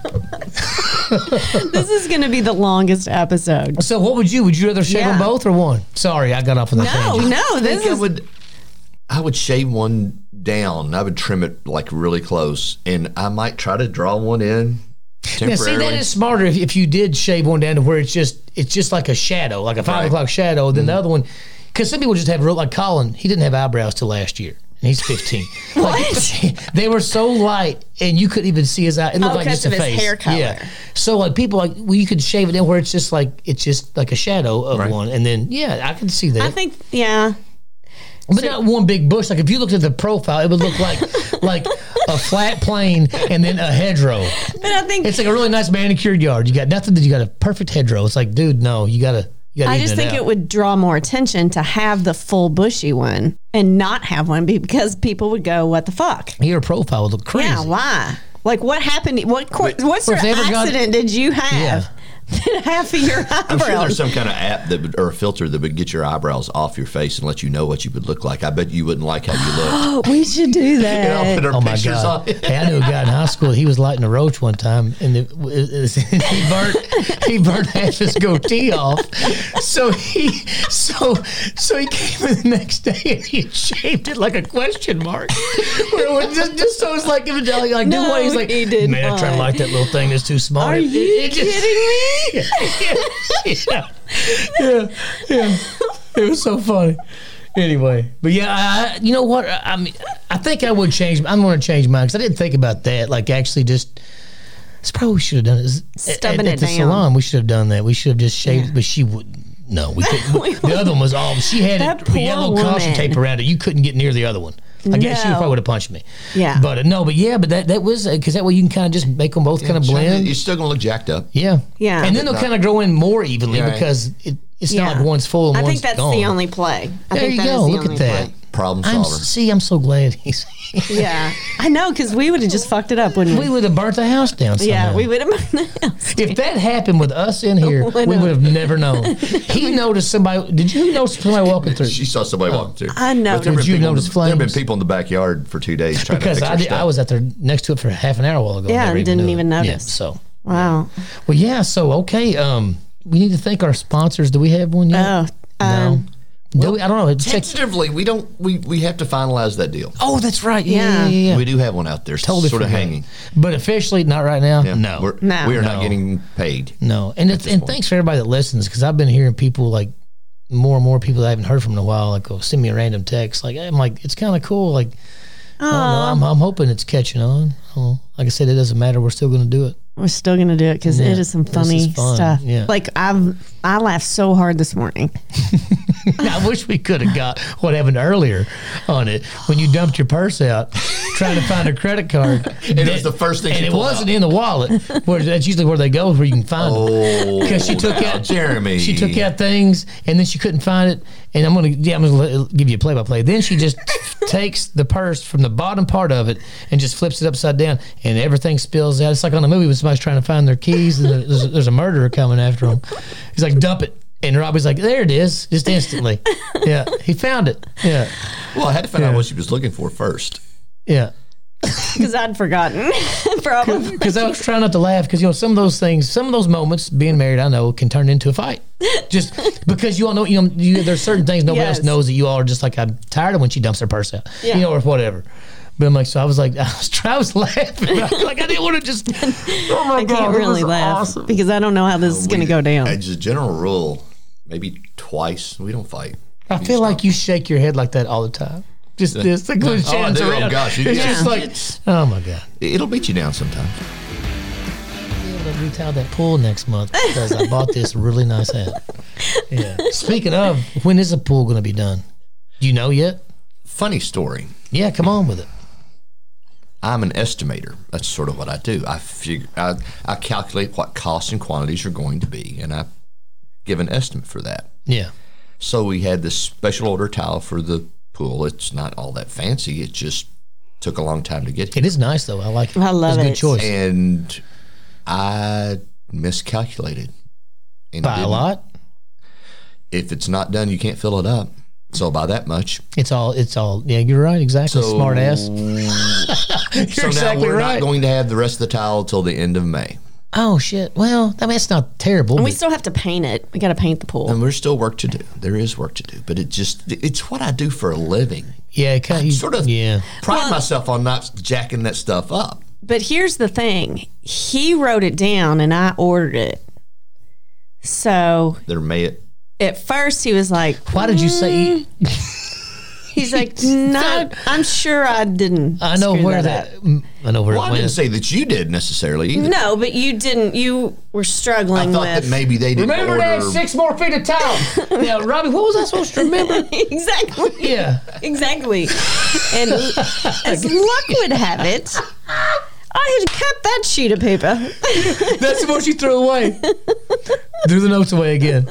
S1: this is going to be the longest
S2: [laughs]
S1: episode.
S3: So, what would you? Would you rather shave
S1: Yeah.
S3: them both or one? Sorry, I got off on the
S1: No,
S3: tangent.
S1: no,
S2: I
S1: this
S2: think I
S1: is
S2: would. I would shave one down. I would trim it like really close, and I might try to draw one in
S3: Now, see,
S2: temporarily.
S3: that is smarter if, if you did shave one down to where it's just it's just like a shadow, like a five
S2: Right.
S3: o'clock shadow. Then
S1: Mm.
S3: the other one, because some people just have real like Colin. He didn't have eyebrows till last year. And he's
S1: [laughs]
S3: 15. Like, [laughs] they were so light, and you couldn't even see his eye. It looked
S1: Oh,
S3: like
S1: 'cause
S3: just
S1: of
S3: a
S1: his
S3: face.
S1: hair color.
S3: Yeah. So like people like well, you could shave it in where it's just like it's just like a shadow of one, and then yeah, I can see that.
S1: I think yeah.
S3: But not one big bush. Like if you looked at the profile, it would look like
S1: [laughs]
S3: like a flat plane and then a hedgerow.
S1: But I think
S3: It's like a really nice manicured yard. You got nothing. You got a perfect hedgerow. It's like, dude, no, you gotta. You gotta
S1: I
S3: even
S1: just
S3: it
S1: think
S3: out.
S1: it would draw more attention to have the full bushy one and not have one because people would go, "What the fuck?
S3: Your profile would look crazy.
S1: Yeah, why? Like what happened? What co- what sort of
S3: they ever got-
S1: accident did you have? that [laughs] Half of your
S2: [laughs] I'm sure there's
S1: eyebrows.
S2: some kind of app that would, or a filter that would get your eyebrows off your face and let you know what you would look like. I bet you wouldn't like how you
S3: [gasps]
S2: looked.
S1: we should do
S2: [laughs] You know,
S1: that.
S2: put our
S3: Oh my
S2: pictures
S3: god!
S2: on. [laughs]
S3: hey, I knew a guy in high school. He was lighting a roach one time, and it, [laughs] was- he burnt he burnt half his goatee off. So he so so he came in the next day and he shaved it like a question mark. Where it was just, just so it's like if it's like, like
S1: No,
S3: no, way he's like
S1: he did
S3: man, I try
S1: not.
S3: to light that little thing that's too small.
S1: Are
S3: It-
S1: you
S3: it just-
S1: kidding me?
S3: [laughs] yeah, yeah, yeah. It was so funny. Anyway, but yeah, I, I- you know what? I, I mean, I think I would change. I'm going to change mine because I didn't think about that. Like, actually, just it's probably what we should have done is
S1: Stubbing
S3: at,
S1: it
S3: at the
S1: down.
S3: salon. We should have done that. We should have just shaved, but she would. No,
S1: [laughs]
S3: we couldn't. the other one was all she had
S1: That
S3: it
S1: poor
S3: yellow caution
S1: woman.
S3: tape around it. You couldn't get near the other one. I guess she
S1: No.
S3: probably would have punched me.
S1: Yeah.
S3: but uh, no, but yeah, but that that was because that way you can kind of just make them both kind of blend.
S2: You're still gonna look jacked up.
S3: Yeah.
S1: Yeah.
S3: And then they'll kind of grow in more evenly
S2: Yeah.
S3: because it, it's
S1: Yeah.
S3: not like one's full and
S1: I
S3: one's
S1: think that's
S3: gone.
S1: the only play. I
S3: There
S1: think
S3: you
S1: that is
S3: go.
S1: the
S3: Look
S1: only
S3: at that.
S1: play.
S2: Problem
S3: I'm,
S2: solver.
S3: see, I'm so glad he's.
S1: Yeah, I know because we would have just fucked it up, wouldn't we?
S3: we would have burnt the house down. Somehow.
S1: yeah, we would have.
S3: If that happened with us in here, we
S1: Would've.
S3: would have never known. He noticed somebody. Did you notice somebody walking through?
S2: She saw somebody walking too.
S1: I know.
S2: But there have
S3: Oh.
S2: been
S3: Did you
S2: people-
S3: notice
S2: There have been
S3: flames?
S2: people in the backyard for two days trying to
S3: Because
S2: fix
S3: I,
S2: her
S3: did,
S2: stuff.
S3: I was out there next to it for half an hour a while ago.
S1: Yeah,
S3: never
S1: and didn't
S3: knew
S1: even
S3: it. Yeah,
S1: notice.
S3: so,
S1: wow.
S3: well, yeah. So, okay. Um, we need to thank our sponsors. Do we have one yet?
S1: Oh, um,
S3: Do we? I don't know. Check.
S2: Tentatively, we don't. We, we have to finalize that deal.
S3: Oh, that's right. Yeah,
S1: Yeah.
S3: yeah, yeah. yeah.
S2: We do have one out there,
S3: Totally
S2: sort of
S3: forgot.
S2: hanging.
S3: But officially, not right now.
S2: Yeah.
S3: No.
S2: We're,
S1: No.
S2: we are
S3: No.
S2: not getting paid.
S3: No, and it's, and thanks for everybody that listens because I've been hearing people like more and more people that I haven't heard from in a while like go send me a random text like I'm like it's kind of cool like I don't know, I'm I'm hoping it's catching on. Oh, like I said, it doesn't matter. We're still going to do it. [laughs]
S1: we're still gonna do it because
S3: Yeah,
S1: it is some
S3: this
S1: funny
S3: is fun,
S1: stuff.
S3: yeah.
S1: Like I've I laughed so hard this morning. [laughs]
S3: I wish we could have got what happened earlier on it when you dumped your purse out trying to find a credit card.
S2: [laughs]
S3: and
S2: it was the first thing
S3: and
S2: she
S3: it
S2: pulled
S3: wasn't in the wallet. Where that's usually where they go where you can find it.
S2: [laughs] Oh,
S3: [laughs] Because she took
S2: now,
S3: out
S2: Jeremy.
S3: She took out things, and then she couldn't find it. And I'm gonna, yeah, I'm gonna let- give you a play by play. Then she just takes the purse from the bottom part of it and just flips it upside down, and everything spills out. It's like on a movie when somebody's trying to find their keys, and there's, there's a murderer coming after them. He's like, dump it. And Robbie's like, there it is, just instantly. Yeah, he found it. Yeah,
S2: Well, I had to find out what she was looking for first.
S3: yeah.
S1: because I'd forgotten. [laughs] Probably.
S3: [laughs] Because I was trying not to laugh because you know some of those things, some of those moments being married, I know can turn into a fight.
S1: [laughs]
S3: Just because you all know, you know, you, there's certain things nobody
S1: Yes.
S3: else knows that you all are just like I'm tired of when she dumps her purse out,
S1: Yeah.
S3: you know, or whatever. But I'm like, so I was like, [laughs] I was, try, I was laughing, [laughs] I was like I didn't want to just. Oh
S1: [laughs]
S3: my
S1: I can't
S3: this
S1: really
S3: is
S1: laugh
S3: awesome. Oh,
S1: because I don't know how this is going to
S2: We-
S1: go down.
S2: As a general rule, maybe twice we don't fight.
S3: I feel like you shake your head like that all the time. Just this, like when
S2: Oh, I
S3: Shannon's
S2: do. Oh,
S3: around.
S2: gosh,
S3: [laughs]
S2: you-
S3: it's
S2: yeah.
S3: just like, oh my god.
S2: It'll beat you down sometimes.
S3: be able to retile that pool next month because I bought this really nice hat. Yeah. Speaking of, when is the pool going to be done? Do you know yet?
S2: Funny story.
S3: Yeah, come on with it.
S2: I'm an estimator. That's sort of what I do. I figure I, I calculate what costs and quantities are going to be, and I give an estimate for that.
S3: Yeah.
S2: So we had this special order tile for the pool. It's not all that fancy. It just took a long time to get here,
S3: It is nice though. I like it.
S1: I love
S3: it's a good
S1: it.
S3: choice.
S2: and I miscalculated. And
S3: By a
S2: didn't-
S3: lot.
S2: If it's not done, you can't fill it up. So by that much,
S3: It's all. It's all. Yeah, you're right. Exactly.
S2: So-
S3: Smart ass. you're
S2: so
S3: exactly
S2: now we're
S3: right.
S2: not going to have the rest of the tile till the end of May.
S3: oh shit. Well, I mean, it's not terrible.
S1: And we
S3: but-
S1: still have to paint it. We got to paint the pool.
S3: Um,
S2: And there's still work to do. There is work to do, but it just it's what I do for a living.
S3: yeah, it kinda,
S2: Sort of
S3: Yeah.
S2: pride myself on not jacking that stuff up.
S1: But here's the thing: he wrote it down, and I ordered it. So
S2: There may it
S1: at first he was like,
S3: Why did you
S1: Mm,
S3: say?
S1: he's
S3: [laughs]
S1: like, no, I'm sure I didn't.
S3: I know
S1: screw
S3: where
S1: up."
S3: that. mm, I know where
S2: well,
S3: it
S2: I
S3: went.
S2: didn't say that you did necessarily either.
S1: No, but you didn't. You were
S2: I
S1: struggling
S2: thought
S1: with [laughs]
S2: that maybe they didn't
S3: Remember
S2: order.
S3: to have six more feet of towel. now, Robbie, what was I supposed to
S1: [laughs]
S3: remember?
S1: exactly.
S3: Yeah.
S1: Exactly.
S3: [laughs]
S1: And as luck would have it, I had kept that sheet of paper.
S3: That's what you threw away. Threw the notes away again.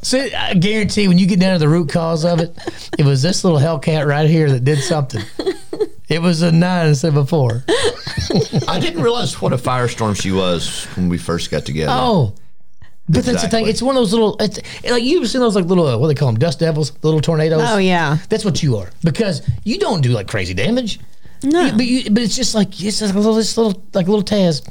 S3: See, I guarantee when you get down to the root cause of it, it was this little Hellcat right here that did something. It was a nine instead of a four.
S2: I didn't realize what a firestorm she was when we first got together.
S3: Oh. But that's the thing.
S2: Exactly.
S3: It's one of those little, it's, like you've seen those like little, uh, what do they call them, dust devils, little tornadoes.
S1: Oh yeah.
S3: That's what you are because you don't do like crazy damage. No, but you, but it's just like it's just like a little, this little like a little Taz,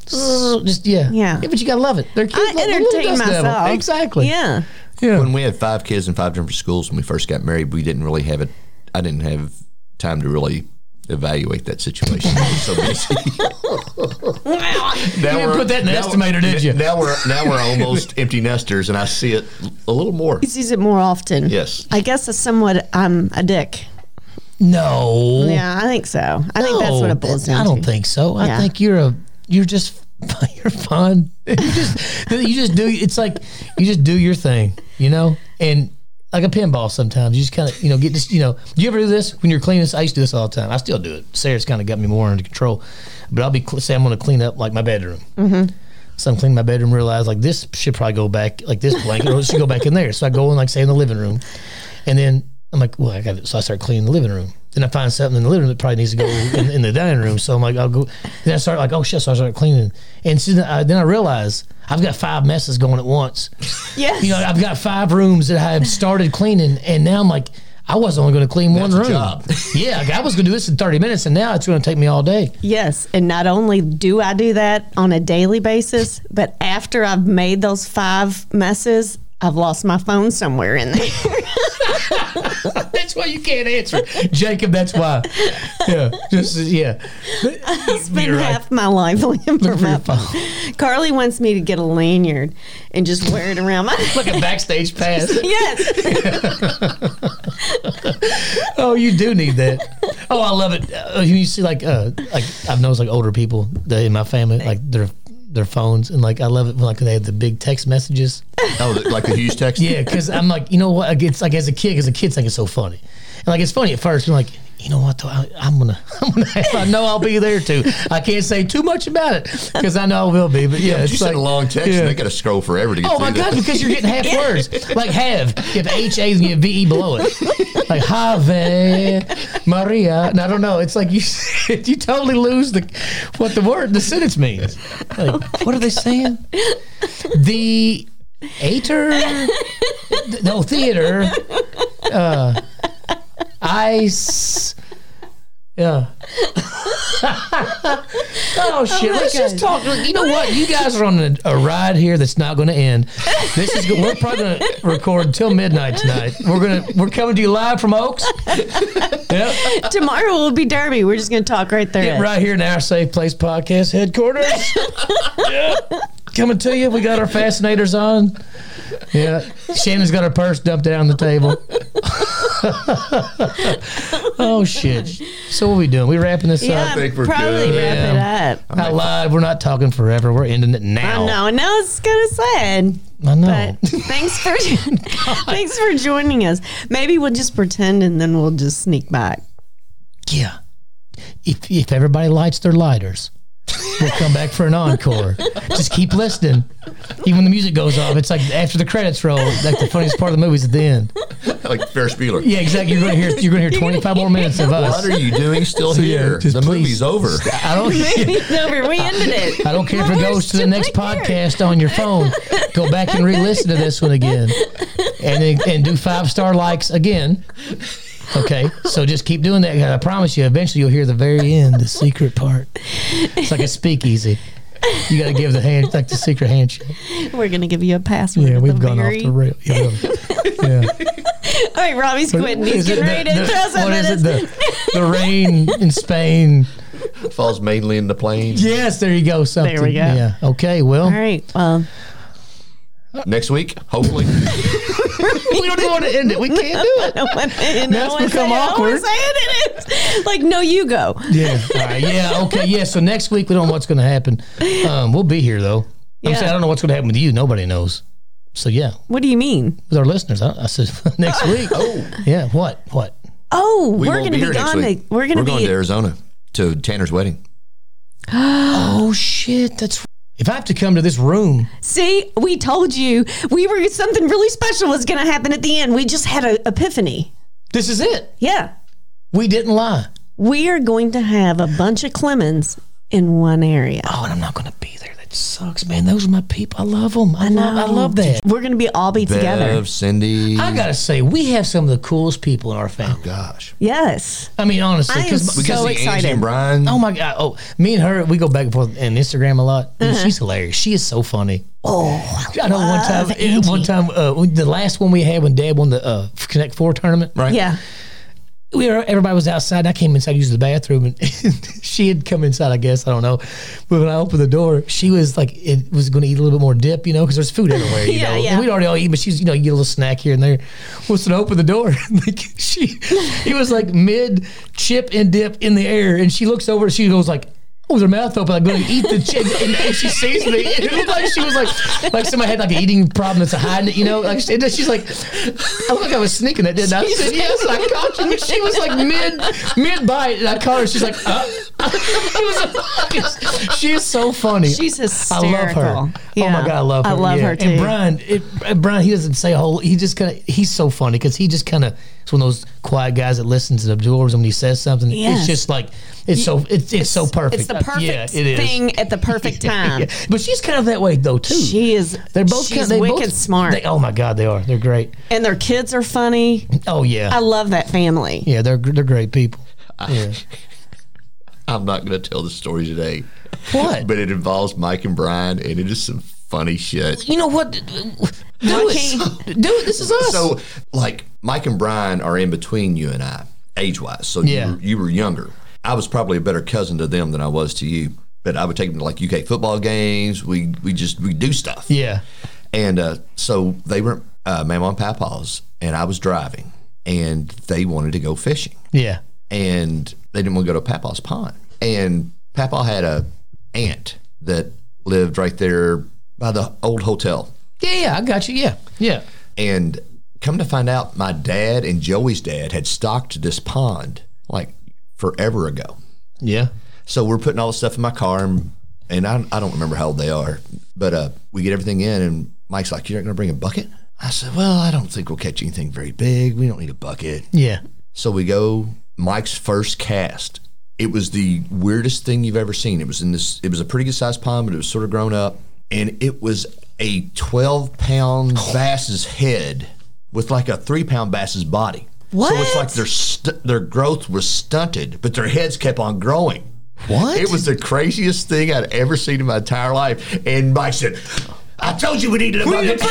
S3: just yeah,
S1: Yeah.
S3: But you gotta love it. They're cute.
S1: I
S3: little- little
S1: entertain
S3: dust devil.
S1: myself.
S3: Exactly. [laughs]
S1: Yeah.
S2: When we had five kids in five different schools when we first got married, we didn't really have it. I didn't have time to really evaluate that
S3: [laughs]
S2: situation. It was so busy. now
S3: didn't
S2: we're-
S3: put that in the
S2: now-
S3: estimator, did you?
S2: Now we're now we're almost empty nesters, and I see it a little more.
S1: He sees it more often.
S2: Yes.
S1: I guess it's somewhat I'm a dick.
S3: No.
S1: Yeah, I think so. I think that's
S3: Oh. No,
S1: what it boils
S3: that-
S1: down
S3: I don't
S1: to.
S3: think so. I
S1: Yeah.
S3: think you're a you're just [laughs] you're fun. [laughs] You just you just do it's like you just do your thing, you know? And like a pinball sometimes. You just kinda you know, get this you know, do you ever do this when you're cleaning this? I used to do this all the time. I still do it. Sarah's kinda got me more under control. But I'll be cl- say I'm gonna clean up like my bedroom. So I'm cleaning my bedroom, realize like this should probably go back, like this blanket or it should go back in there. So I go in, like, say, in the living room. And then I'm like, well, I got it. So I start cleaning the living room. Then I find something in the living room that probably needs to go in, in the dining room. So I'm like, I'll go. Then I start like, oh shit. So I start cleaning. And so then, I, then I realize I've got five messes going at once.
S1: Yes.
S3: You know, I've got five rooms that I have started cleaning, and now I'm like, I was only going to clean one
S2: That's a
S3: room.
S2: job.
S3: yeah, like, I was going to do this in 30 minutes, and now it's going to take me all day.
S1: Yes. And not only do I do that on a daily basis, but after I've made those five messes, I've lost my phone somewhere in there. [laughs]
S3: That's why you can't answer, Jacob. That's [laughs] why. Yeah, just yeah.
S1: Spend
S3: You're right.
S1: half my life looking for
S3: Look for
S1: my
S3: your
S1: phone.
S3: phone.
S1: Carly wants me to get a lanyard and just wear it around my. [laughs]
S3: Like a backstage pass. [laughs]
S1: yes. [laughs]
S3: Oh, you do need that. Oh, I love it. Uh, you see, like, uh, like I've noticed, like older people that in my family, like their their phones, and like I love it when like they have the big text messages.
S2: Oh, the- like the Hughes text?
S3: [laughs] Yeah, because I'm like, you know what? Like, It's like as a kid, because the kids think it's so funny, and like it's funny at first. You're like, you know what? Though I, I'm gonna, [laughs] I'm gonna. If I know I'll be there too, I can't say too much about it because I know I will be. But yeah,
S2: But
S3: it's
S2: you sent
S3: like,
S2: a long text.
S3: yeah.
S2: They got to scroll forever to get
S3: Oh
S2: through
S3: my
S2: that.
S3: god! Because you're
S2: [laughs]
S3: getting half words, like have. You have H A and you have V E below it, like Have eh, Maria. And I don't know. It's like you [laughs] you totally lose the what the word the sentence means. Like, what are they saying? The ater, th- no theater, uh, ice. Yeah. oh shit! Let's just talk. Look, You know what? You guys are on a, a ride here that's not going to end. This is go- we're probably going to record till midnight tonight. We're gonna we're coming to you live from Oaks. [laughs] yep.
S1: Tomorrow will be Derby. We're just going to talk right there.
S3: Yeah, right here in our Safe Place
S1: [laughs]
S3: podcast headquarters. Yeah. Coming to you. We got our fascinators on. Yeah. Shannon's got her purse dumped down the table. [laughs] oh, shit. So, what we doing? We wrapping this
S1: Yeah,
S3: up?
S2: think we're
S1: probably
S2: good.
S1: wrap it up.
S3: I lied. We're not talking forever. We're ending it now.
S1: I know, now it's kind of sad.
S3: I know.
S1: But uh, thanks for [laughs] thanks for joining us. Maybe we'll just pretend and then we'll just sneak back.
S3: Yeah. If, if everybody lights their lighters, we'll come back for an encore. Just keep listening. Even when the music goes off, it's like after the credits roll, like the funniest part of the movie is at the end.
S2: [laughs] like Ferris Bueller.
S3: Yeah, exactly. You're gonna hear you're gonna hear 25 more minutes of
S2: What
S3: us.
S2: are you doing still
S3: yeah,
S2: here?
S3: just
S2: the
S3: please
S2: movie's over.
S1: [laughs]
S3: I don't
S1: It's over. We ended it.
S3: I don't care if it
S1: We're
S3: goes to the
S1: still
S3: next
S1: right here.
S3: podcast on your phone. Go back and re-listen to this one again, and then, and do five star likes again. Okay, so just keep doing that. I promise you, eventually you'll hear the very end, the secret part. It's like a speakeasy. You got to give the hand like the secret handshake.
S1: We're gonna give you a password.
S3: Yeah,
S1: at
S3: we've
S1: the
S3: gone off
S1: very-
S3: the rail. Yeah,
S1: [laughs] All
S3: yeah.
S1: right, Robbie's quitting. He's
S3: Is it
S1: getting ready
S3: the-
S1: to
S3: the-
S1: throw some
S3: what
S1: at
S3: is it?
S1: us.
S3: The, the rain
S1: [laughs]
S3: in Spain.
S2: Falls mainly in the plains.
S3: Yes, there you go. Something.
S1: we go.
S3: Yeah. Okay. Well,
S1: All right. Well, [laughs]
S2: Next week, hopefully.
S3: we don't even want to end it. We can't do it.
S1: and I
S3: That's
S1: wanna
S3: become
S1: say- I wanna
S3: awkward.
S1: say it, it is. Like, no, you go.
S3: Yeah. All right. Yeah. Okay. Yeah. So next week we don't know what's going to happen. Um, we'll be here though. I'm
S1: Yeah.
S3: saying I don't know what's going to happen with you. Nobody knows. So yeah,
S1: What do you mean?
S3: with our listeners, I, I said [laughs] next week.
S2: Oh.
S3: Yeah. What? What?
S1: Oh,
S2: We
S1: we are
S2: won't
S1: gonna
S2: be
S1: be,
S2: here next
S1: gone.
S2: week.
S1: to- we're gonna
S2: We're
S1: be.
S2: going to Arizona to Tanner's wedding.
S3: Oh shit. That's. If I have to come to this room,
S1: see, we told you we were something really special was gonna happen at the end. We just had an epiphany.
S3: this is it.
S1: Yeah,
S3: We didn't lie.
S1: we are going to have a bunch of Clemens in one area.
S3: Oh, and I'm not going to be there. That sucks, man. Those are my people. I love them. I, love. I love that.
S1: We're gonna be all be together.
S2: Bev, Cindy.
S3: I gotta say, we have some of the coolest people in our family.
S2: Gosh.
S1: Yes.
S3: I mean, honestly,
S1: I am
S3: because
S2: We got
S1: So
S2: to see Angie
S1: excited.
S2: and Brian.
S3: Oh my god! Oh, me and her, we go back and forth on Instagram a lot. Dude, She's hilarious. She is so funny.
S1: Uh-huh. Oh,
S3: I know one time,
S1: Angie.
S3: one time, uh, we- the last one we had when Dad won the uh, Connect Four tournament,
S2: right?
S1: yeah.
S3: we were, everybody was outside. And I came inside to use the bathroom, and, [laughs] she had come inside. I guess I don't know, but when I opened the door, she was like, it was going to eat a little bit more dip, you know, because there's food everywhere. You
S1: [laughs] Yeah,
S3: know?
S1: yeah.
S3: And we'd already all eat, but she's you know, you get a little snack here and there. Well, so I opened the door, [laughs] and, like she, it was like mid chip and dip in the air, and she looks over, and she goes like. With her mouth open, like going to eat the chip, and, and she sees me. [laughs] It looked like she was like, like somebody had like an eating problem that's hiding it, you know. Like, and then she's like, I look like I was sneaking that, didn't I? I said yes, and I caught you. She was like mid mid bite, and I caught her. She's like, uh, [laughs] uh, [laughs] she is so funny.
S1: She's
S3: I love
S1: hysterical.
S3: her. Oh
S1: Yeah.
S3: my god, I love
S1: I
S3: her.
S1: love her, too.
S3: And Brian, it, and Brian, he doesn't say a whole. He just kind of. He's so funny because he just kind of. It's one of those quiet guys that listens and absorbs when he says something.
S1: Yes.
S3: It's just like it's so. It's, it's so perfect.
S1: It's the perfect
S3: Yeah, it is. [laughs]
S1: thing at the perfect time.
S3: Yeah. But she's kind of that way though too.
S1: She is.
S3: They're both
S1: she's
S3: kind of, they
S1: wicked
S3: both,
S1: smart,
S3: They, oh my god, they are. They're great.
S1: and their kids are funny.
S3: Oh yeah.
S1: I love that family.
S3: yeah, they're they're
S1: [laughs]
S3: great people. Yeah.
S2: I'm not going to tell the story today,
S3: what?
S2: but it involves Mike and Brian, and it is some funny shit.
S3: you know what? Do [gasps] it. Do it. This is us.
S2: So, like, Mike and Brian are in between you and I, age wise. So,
S3: Yeah.
S2: you, were- you were younger. I was probably a better cousin to them than I was to you. But I would take them to like UK football games. We we just we do stuff.
S3: yeah.
S2: And uh, so they were uh, Mama and Papa's, and I was driving, and they wanted to go fishing,
S3: Yeah.
S2: and they didn't want to go to Papa's pond. And Papa had a aunt that lived right there by the old hotel.
S3: Yeah, yeah, I got you. Yeah, yeah.
S2: And come to find out, my dad and Joey's dad had stocked this pond like forever ago.
S3: Yeah.
S2: So we're putting all the stuff in my car, and, and I, I don't remember how old they are, but uh, we get everything in, and Mike's like, "You're not going to bring a bucket?" I said, "Well, I don't think we'll catch anything very big. We don't need a bucket."
S3: Yeah.
S2: So we go Mike's first cast. It was the weirdest thing you've ever seen. It was in this. It was a pretty good sized pond, but it was sort of grown up, and it was a twelve
S3: [sighs]
S2: pound bass's head with like a three pound bass's body. So it's like
S1: What?
S2: their st- their growth was stunted, but their heads kept on growing.
S3: What?
S2: It was the craziest thing I'd ever seen in my entire life. And Mike said, I told you we needed a bucket.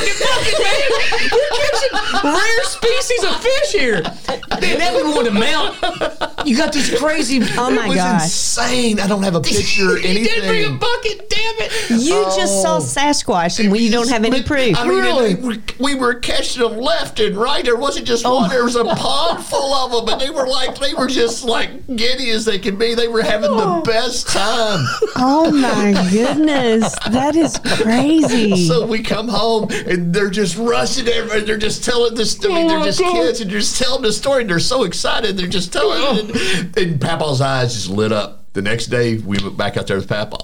S3: rare species of fish here. Man, that would want to melt. You got these crazy.
S1: Oh
S2: It
S1: my
S2: was
S1: gosh!
S2: insane. I don't have a picture or anything.
S3: [laughs] He did bring a bucket. Damn it.
S1: You just
S3: Oh.
S1: saw Sasquatch, and we don't have any proof.
S2: I mean,
S3: Really?
S2: and we, we were catching them left and right. There wasn't just
S1: Oh.
S2: one.
S1: [laughs]
S2: There was a pond full of them, and they were like they were just like giddy as they could be. They were having the best time.
S3: [laughs]
S1: Oh my goodness, that is
S3: [laughs]
S1: crazy.
S2: So we come home and they're just rushing everywhere. They're just telling this. I mean, they're
S1: Oh,
S2: just kids and they're just telling the story. And they're so excited. They're just telling it. And, and Papa's eyes just lit up. The next day, we went back out there with Papa.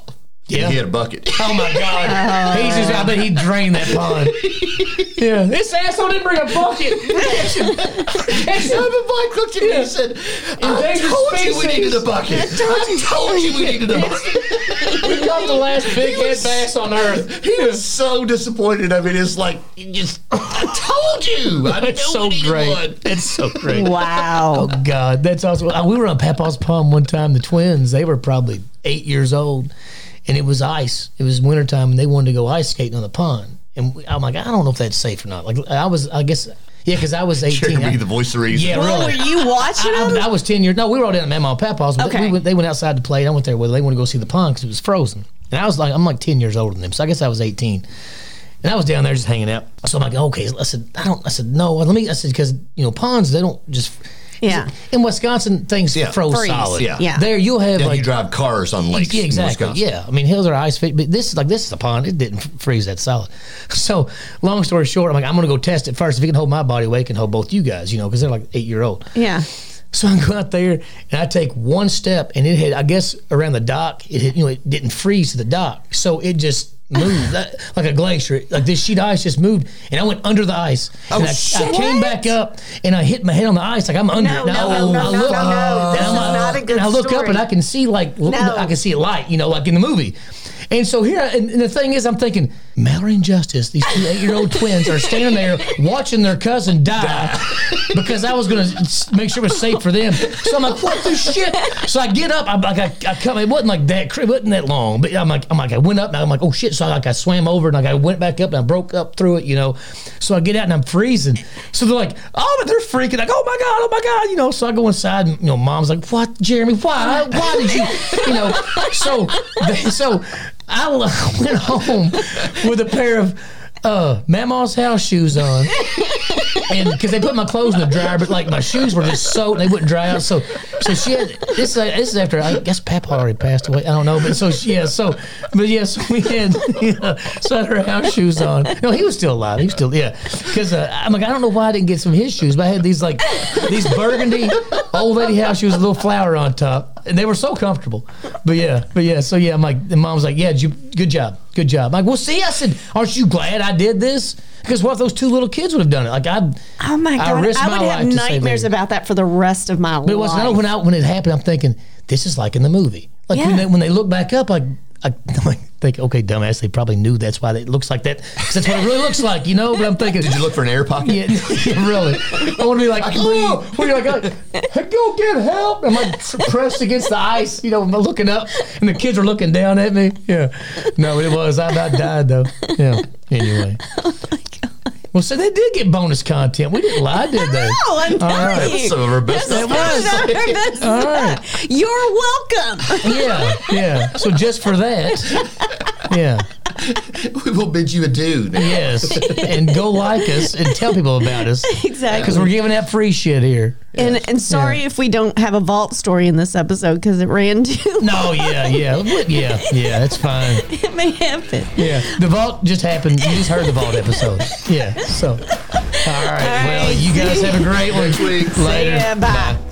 S2: Yeah.
S3: Yeah.
S2: He had a bucket.
S3: [laughs] Oh
S2: [laughs]
S3: my God. He's just, I bet he drained that pond. [laughs] Yeah. This asshole didn't bring a [laughs] bucket.
S2: And Simon Black looked at me and said, I
S3: Endangered
S2: told you we
S3: species.
S2: needed a bucket.
S3: [laughs]
S2: I told you we needed a bucket.
S3: We got the last big head bass on earth.
S2: He was so disappointed. I mean, it's like, you just, I told you. I knew
S3: That's so
S2: we needed
S3: great.
S2: one.
S3: That's so great.
S1: Wow.
S3: Oh God, that's awesome. Uh, We were on Papa's Pond one time. The twins, they were probably eight years old, and it was ice. It was wintertime, and they wanted to go ice skating on the pond. And we, I'm like, I don't know if that's safe or not. Like, I was, I guess, yeah, because I was 18.
S2: Jeremy,
S3: I-
S2: the voice of reason.
S3: yeah,
S1: Well,
S3: really.
S1: were you watching
S3: I,
S1: them?
S3: I was 10 years. No, we were all down at Mama and Papa's. But
S1: Okay.
S3: we went, they went outside to play. And I went there with them. They wanted to go see the pond because it was frozen. And I was like, I'm like 10 years older than them. So I guess I was 18. And I was down there just hanging out. So I'm like, okay. I said, I don't, I said, no, let me, I said, because, you know, ponds, they don't just,
S1: Yeah.
S3: in Wisconsin, things
S2: Yeah.
S3: froze
S1: Freeze.
S3: solid.
S2: Yeah.
S1: Yeah.
S3: There, you'll have
S2: Then
S3: like,
S2: you drive cars on lakes.
S3: yeah,
S2: in
S3: exactly.
S2: Wisconsin.
S3: Yeah, I mean, hills are ice fit, but this is like this is a pond. It didn't f- freeze that solid. [laughs] So, long story short, I'm like, I'm gonna go test it first. If it can hold my body weight, it can hold both you guys, you know, because they're like eight year old.
S1: Yeah.
S3: So I go out there and I take one step, and it had, I guess, around the dock. It had, you know, it didn't freeze to the dock, so it just moved [laughs] like- like a glacier. Like this sheet of ice just moved, and I went under the ice.
S1: Oh,
S3: and I, I came back up, and I hit my head on the ice like I'm under.
S1: No,
S3: it. And I-
S1: no, no, no,
S3: I
S1: no,
S3: look-
S1: no, no. This
S3: and
S1: is
S3: I'm like-
S1: not a good
S3: And I look up
S1: story.
S3: and I can see like l-
S1: No.
S3: I can see a light, you know, like in the movie. And so here, I, and, and the thing is, I'm thinking Mallory and Justice, these two eight-year-old twins, are standing there watching their
S1: [laughs]
S3: cousin die because I was going to make sure it was safe for them. So I'm like, what the shit? So I get up, I'm like, I, I come. It wasn't like that. cra- It wasn't that long, but I'm like, I'm like, I went up, and I'm like, oh shit. So I like, I swam over, and like, I went back up, and I broke up through it, you know. So I get out, and I'm freezing. So they're like, oh, but they're freaking, like, oh my god, oh my god, you know. So I go inside, and you know, mom's like, what, Jeremy? Why? Why did you, you know? So, they- so I l- [laughs] went home with a pair of. Uh, Mama's house shoes on, and because they put my clothes in the dryer, but like my shoes were just soaked and they wouldn't dry out. So, so she had this. Uh, this is after I guess Papa already passed away. I don't know, but so she, yeah, so but yes, we had [laughs] yeah, so I had her house shoes on. No, he was still alive. He was still yeah. Because uh, I'm like I don't know why I didn't get some of his shoes, but I had these like these burgundy old lady house shoes with a little flower on top, and they were so comfortable. But yeah, but yeah, so yeah, I'm like the mom's like yeah, did you, good job, good job. I'm like well, see, I said, aren't you glad I did this? Because what if those two little kids would have done it? Like I,
S1: Oh my
S3: I
S1: god! I,
S3: risked my
S1: would have
S3: life to save
S1: nightmares
S3: me.
S1: about that for the rest of my
S3: but it
S1: life.
S3: wasn't. I know when I when it happened, I'm thinking this is like in the movie. Like
S1: Yeah.
S3: when, they, when they look back up, like. I, [laughs] I'm like, think, okay, dumbass, they probably knew that's why it looks like that. 'Cause That's what it really looks like, you know? But I'm thinking,
S2: Did you look for an air pocket?
S3: yeah, [laughs] yeah, really. I want to be like, oh, when you're like, "Hey, go get help. I'm like tr- pressed against the ice, you know, I'm looking up, and the kids are looking down at me. Yeah. No, it was. I about died, though. Yeah. Anyway. Well, so they did get bonus content. We didn't lie, did [laughs] they?
S1: Oh, I'm telling
S3: right.
S1: you.
S2: Some of our best
S1: This
S2: stuff.
S1: is our best
S3: All right.
S1: stuff. You're welcome.
S3: [laughs] Yeah, yeah. So just for that, yeah,
S2: [laughs] We will bid you adieu. Now.
S3: yes, and go like us and tell people about us
S1: Exactly.
S3: because we're giving out free shit here.
S1: And, and sorry if we don't have a vault story in this episode because it ran too.
S3: No, yeah, yeah, What- yeah, yeah. That's fine.
S1: [laughs] it may happen.
S3: Yeah, the vault just happened. You just heard the vault episode. Yeah. So, all right. Well,
S1: right.
S3: you guys have a great one.
S2: Next week.
S3: Later.
S1: Yeah, bye.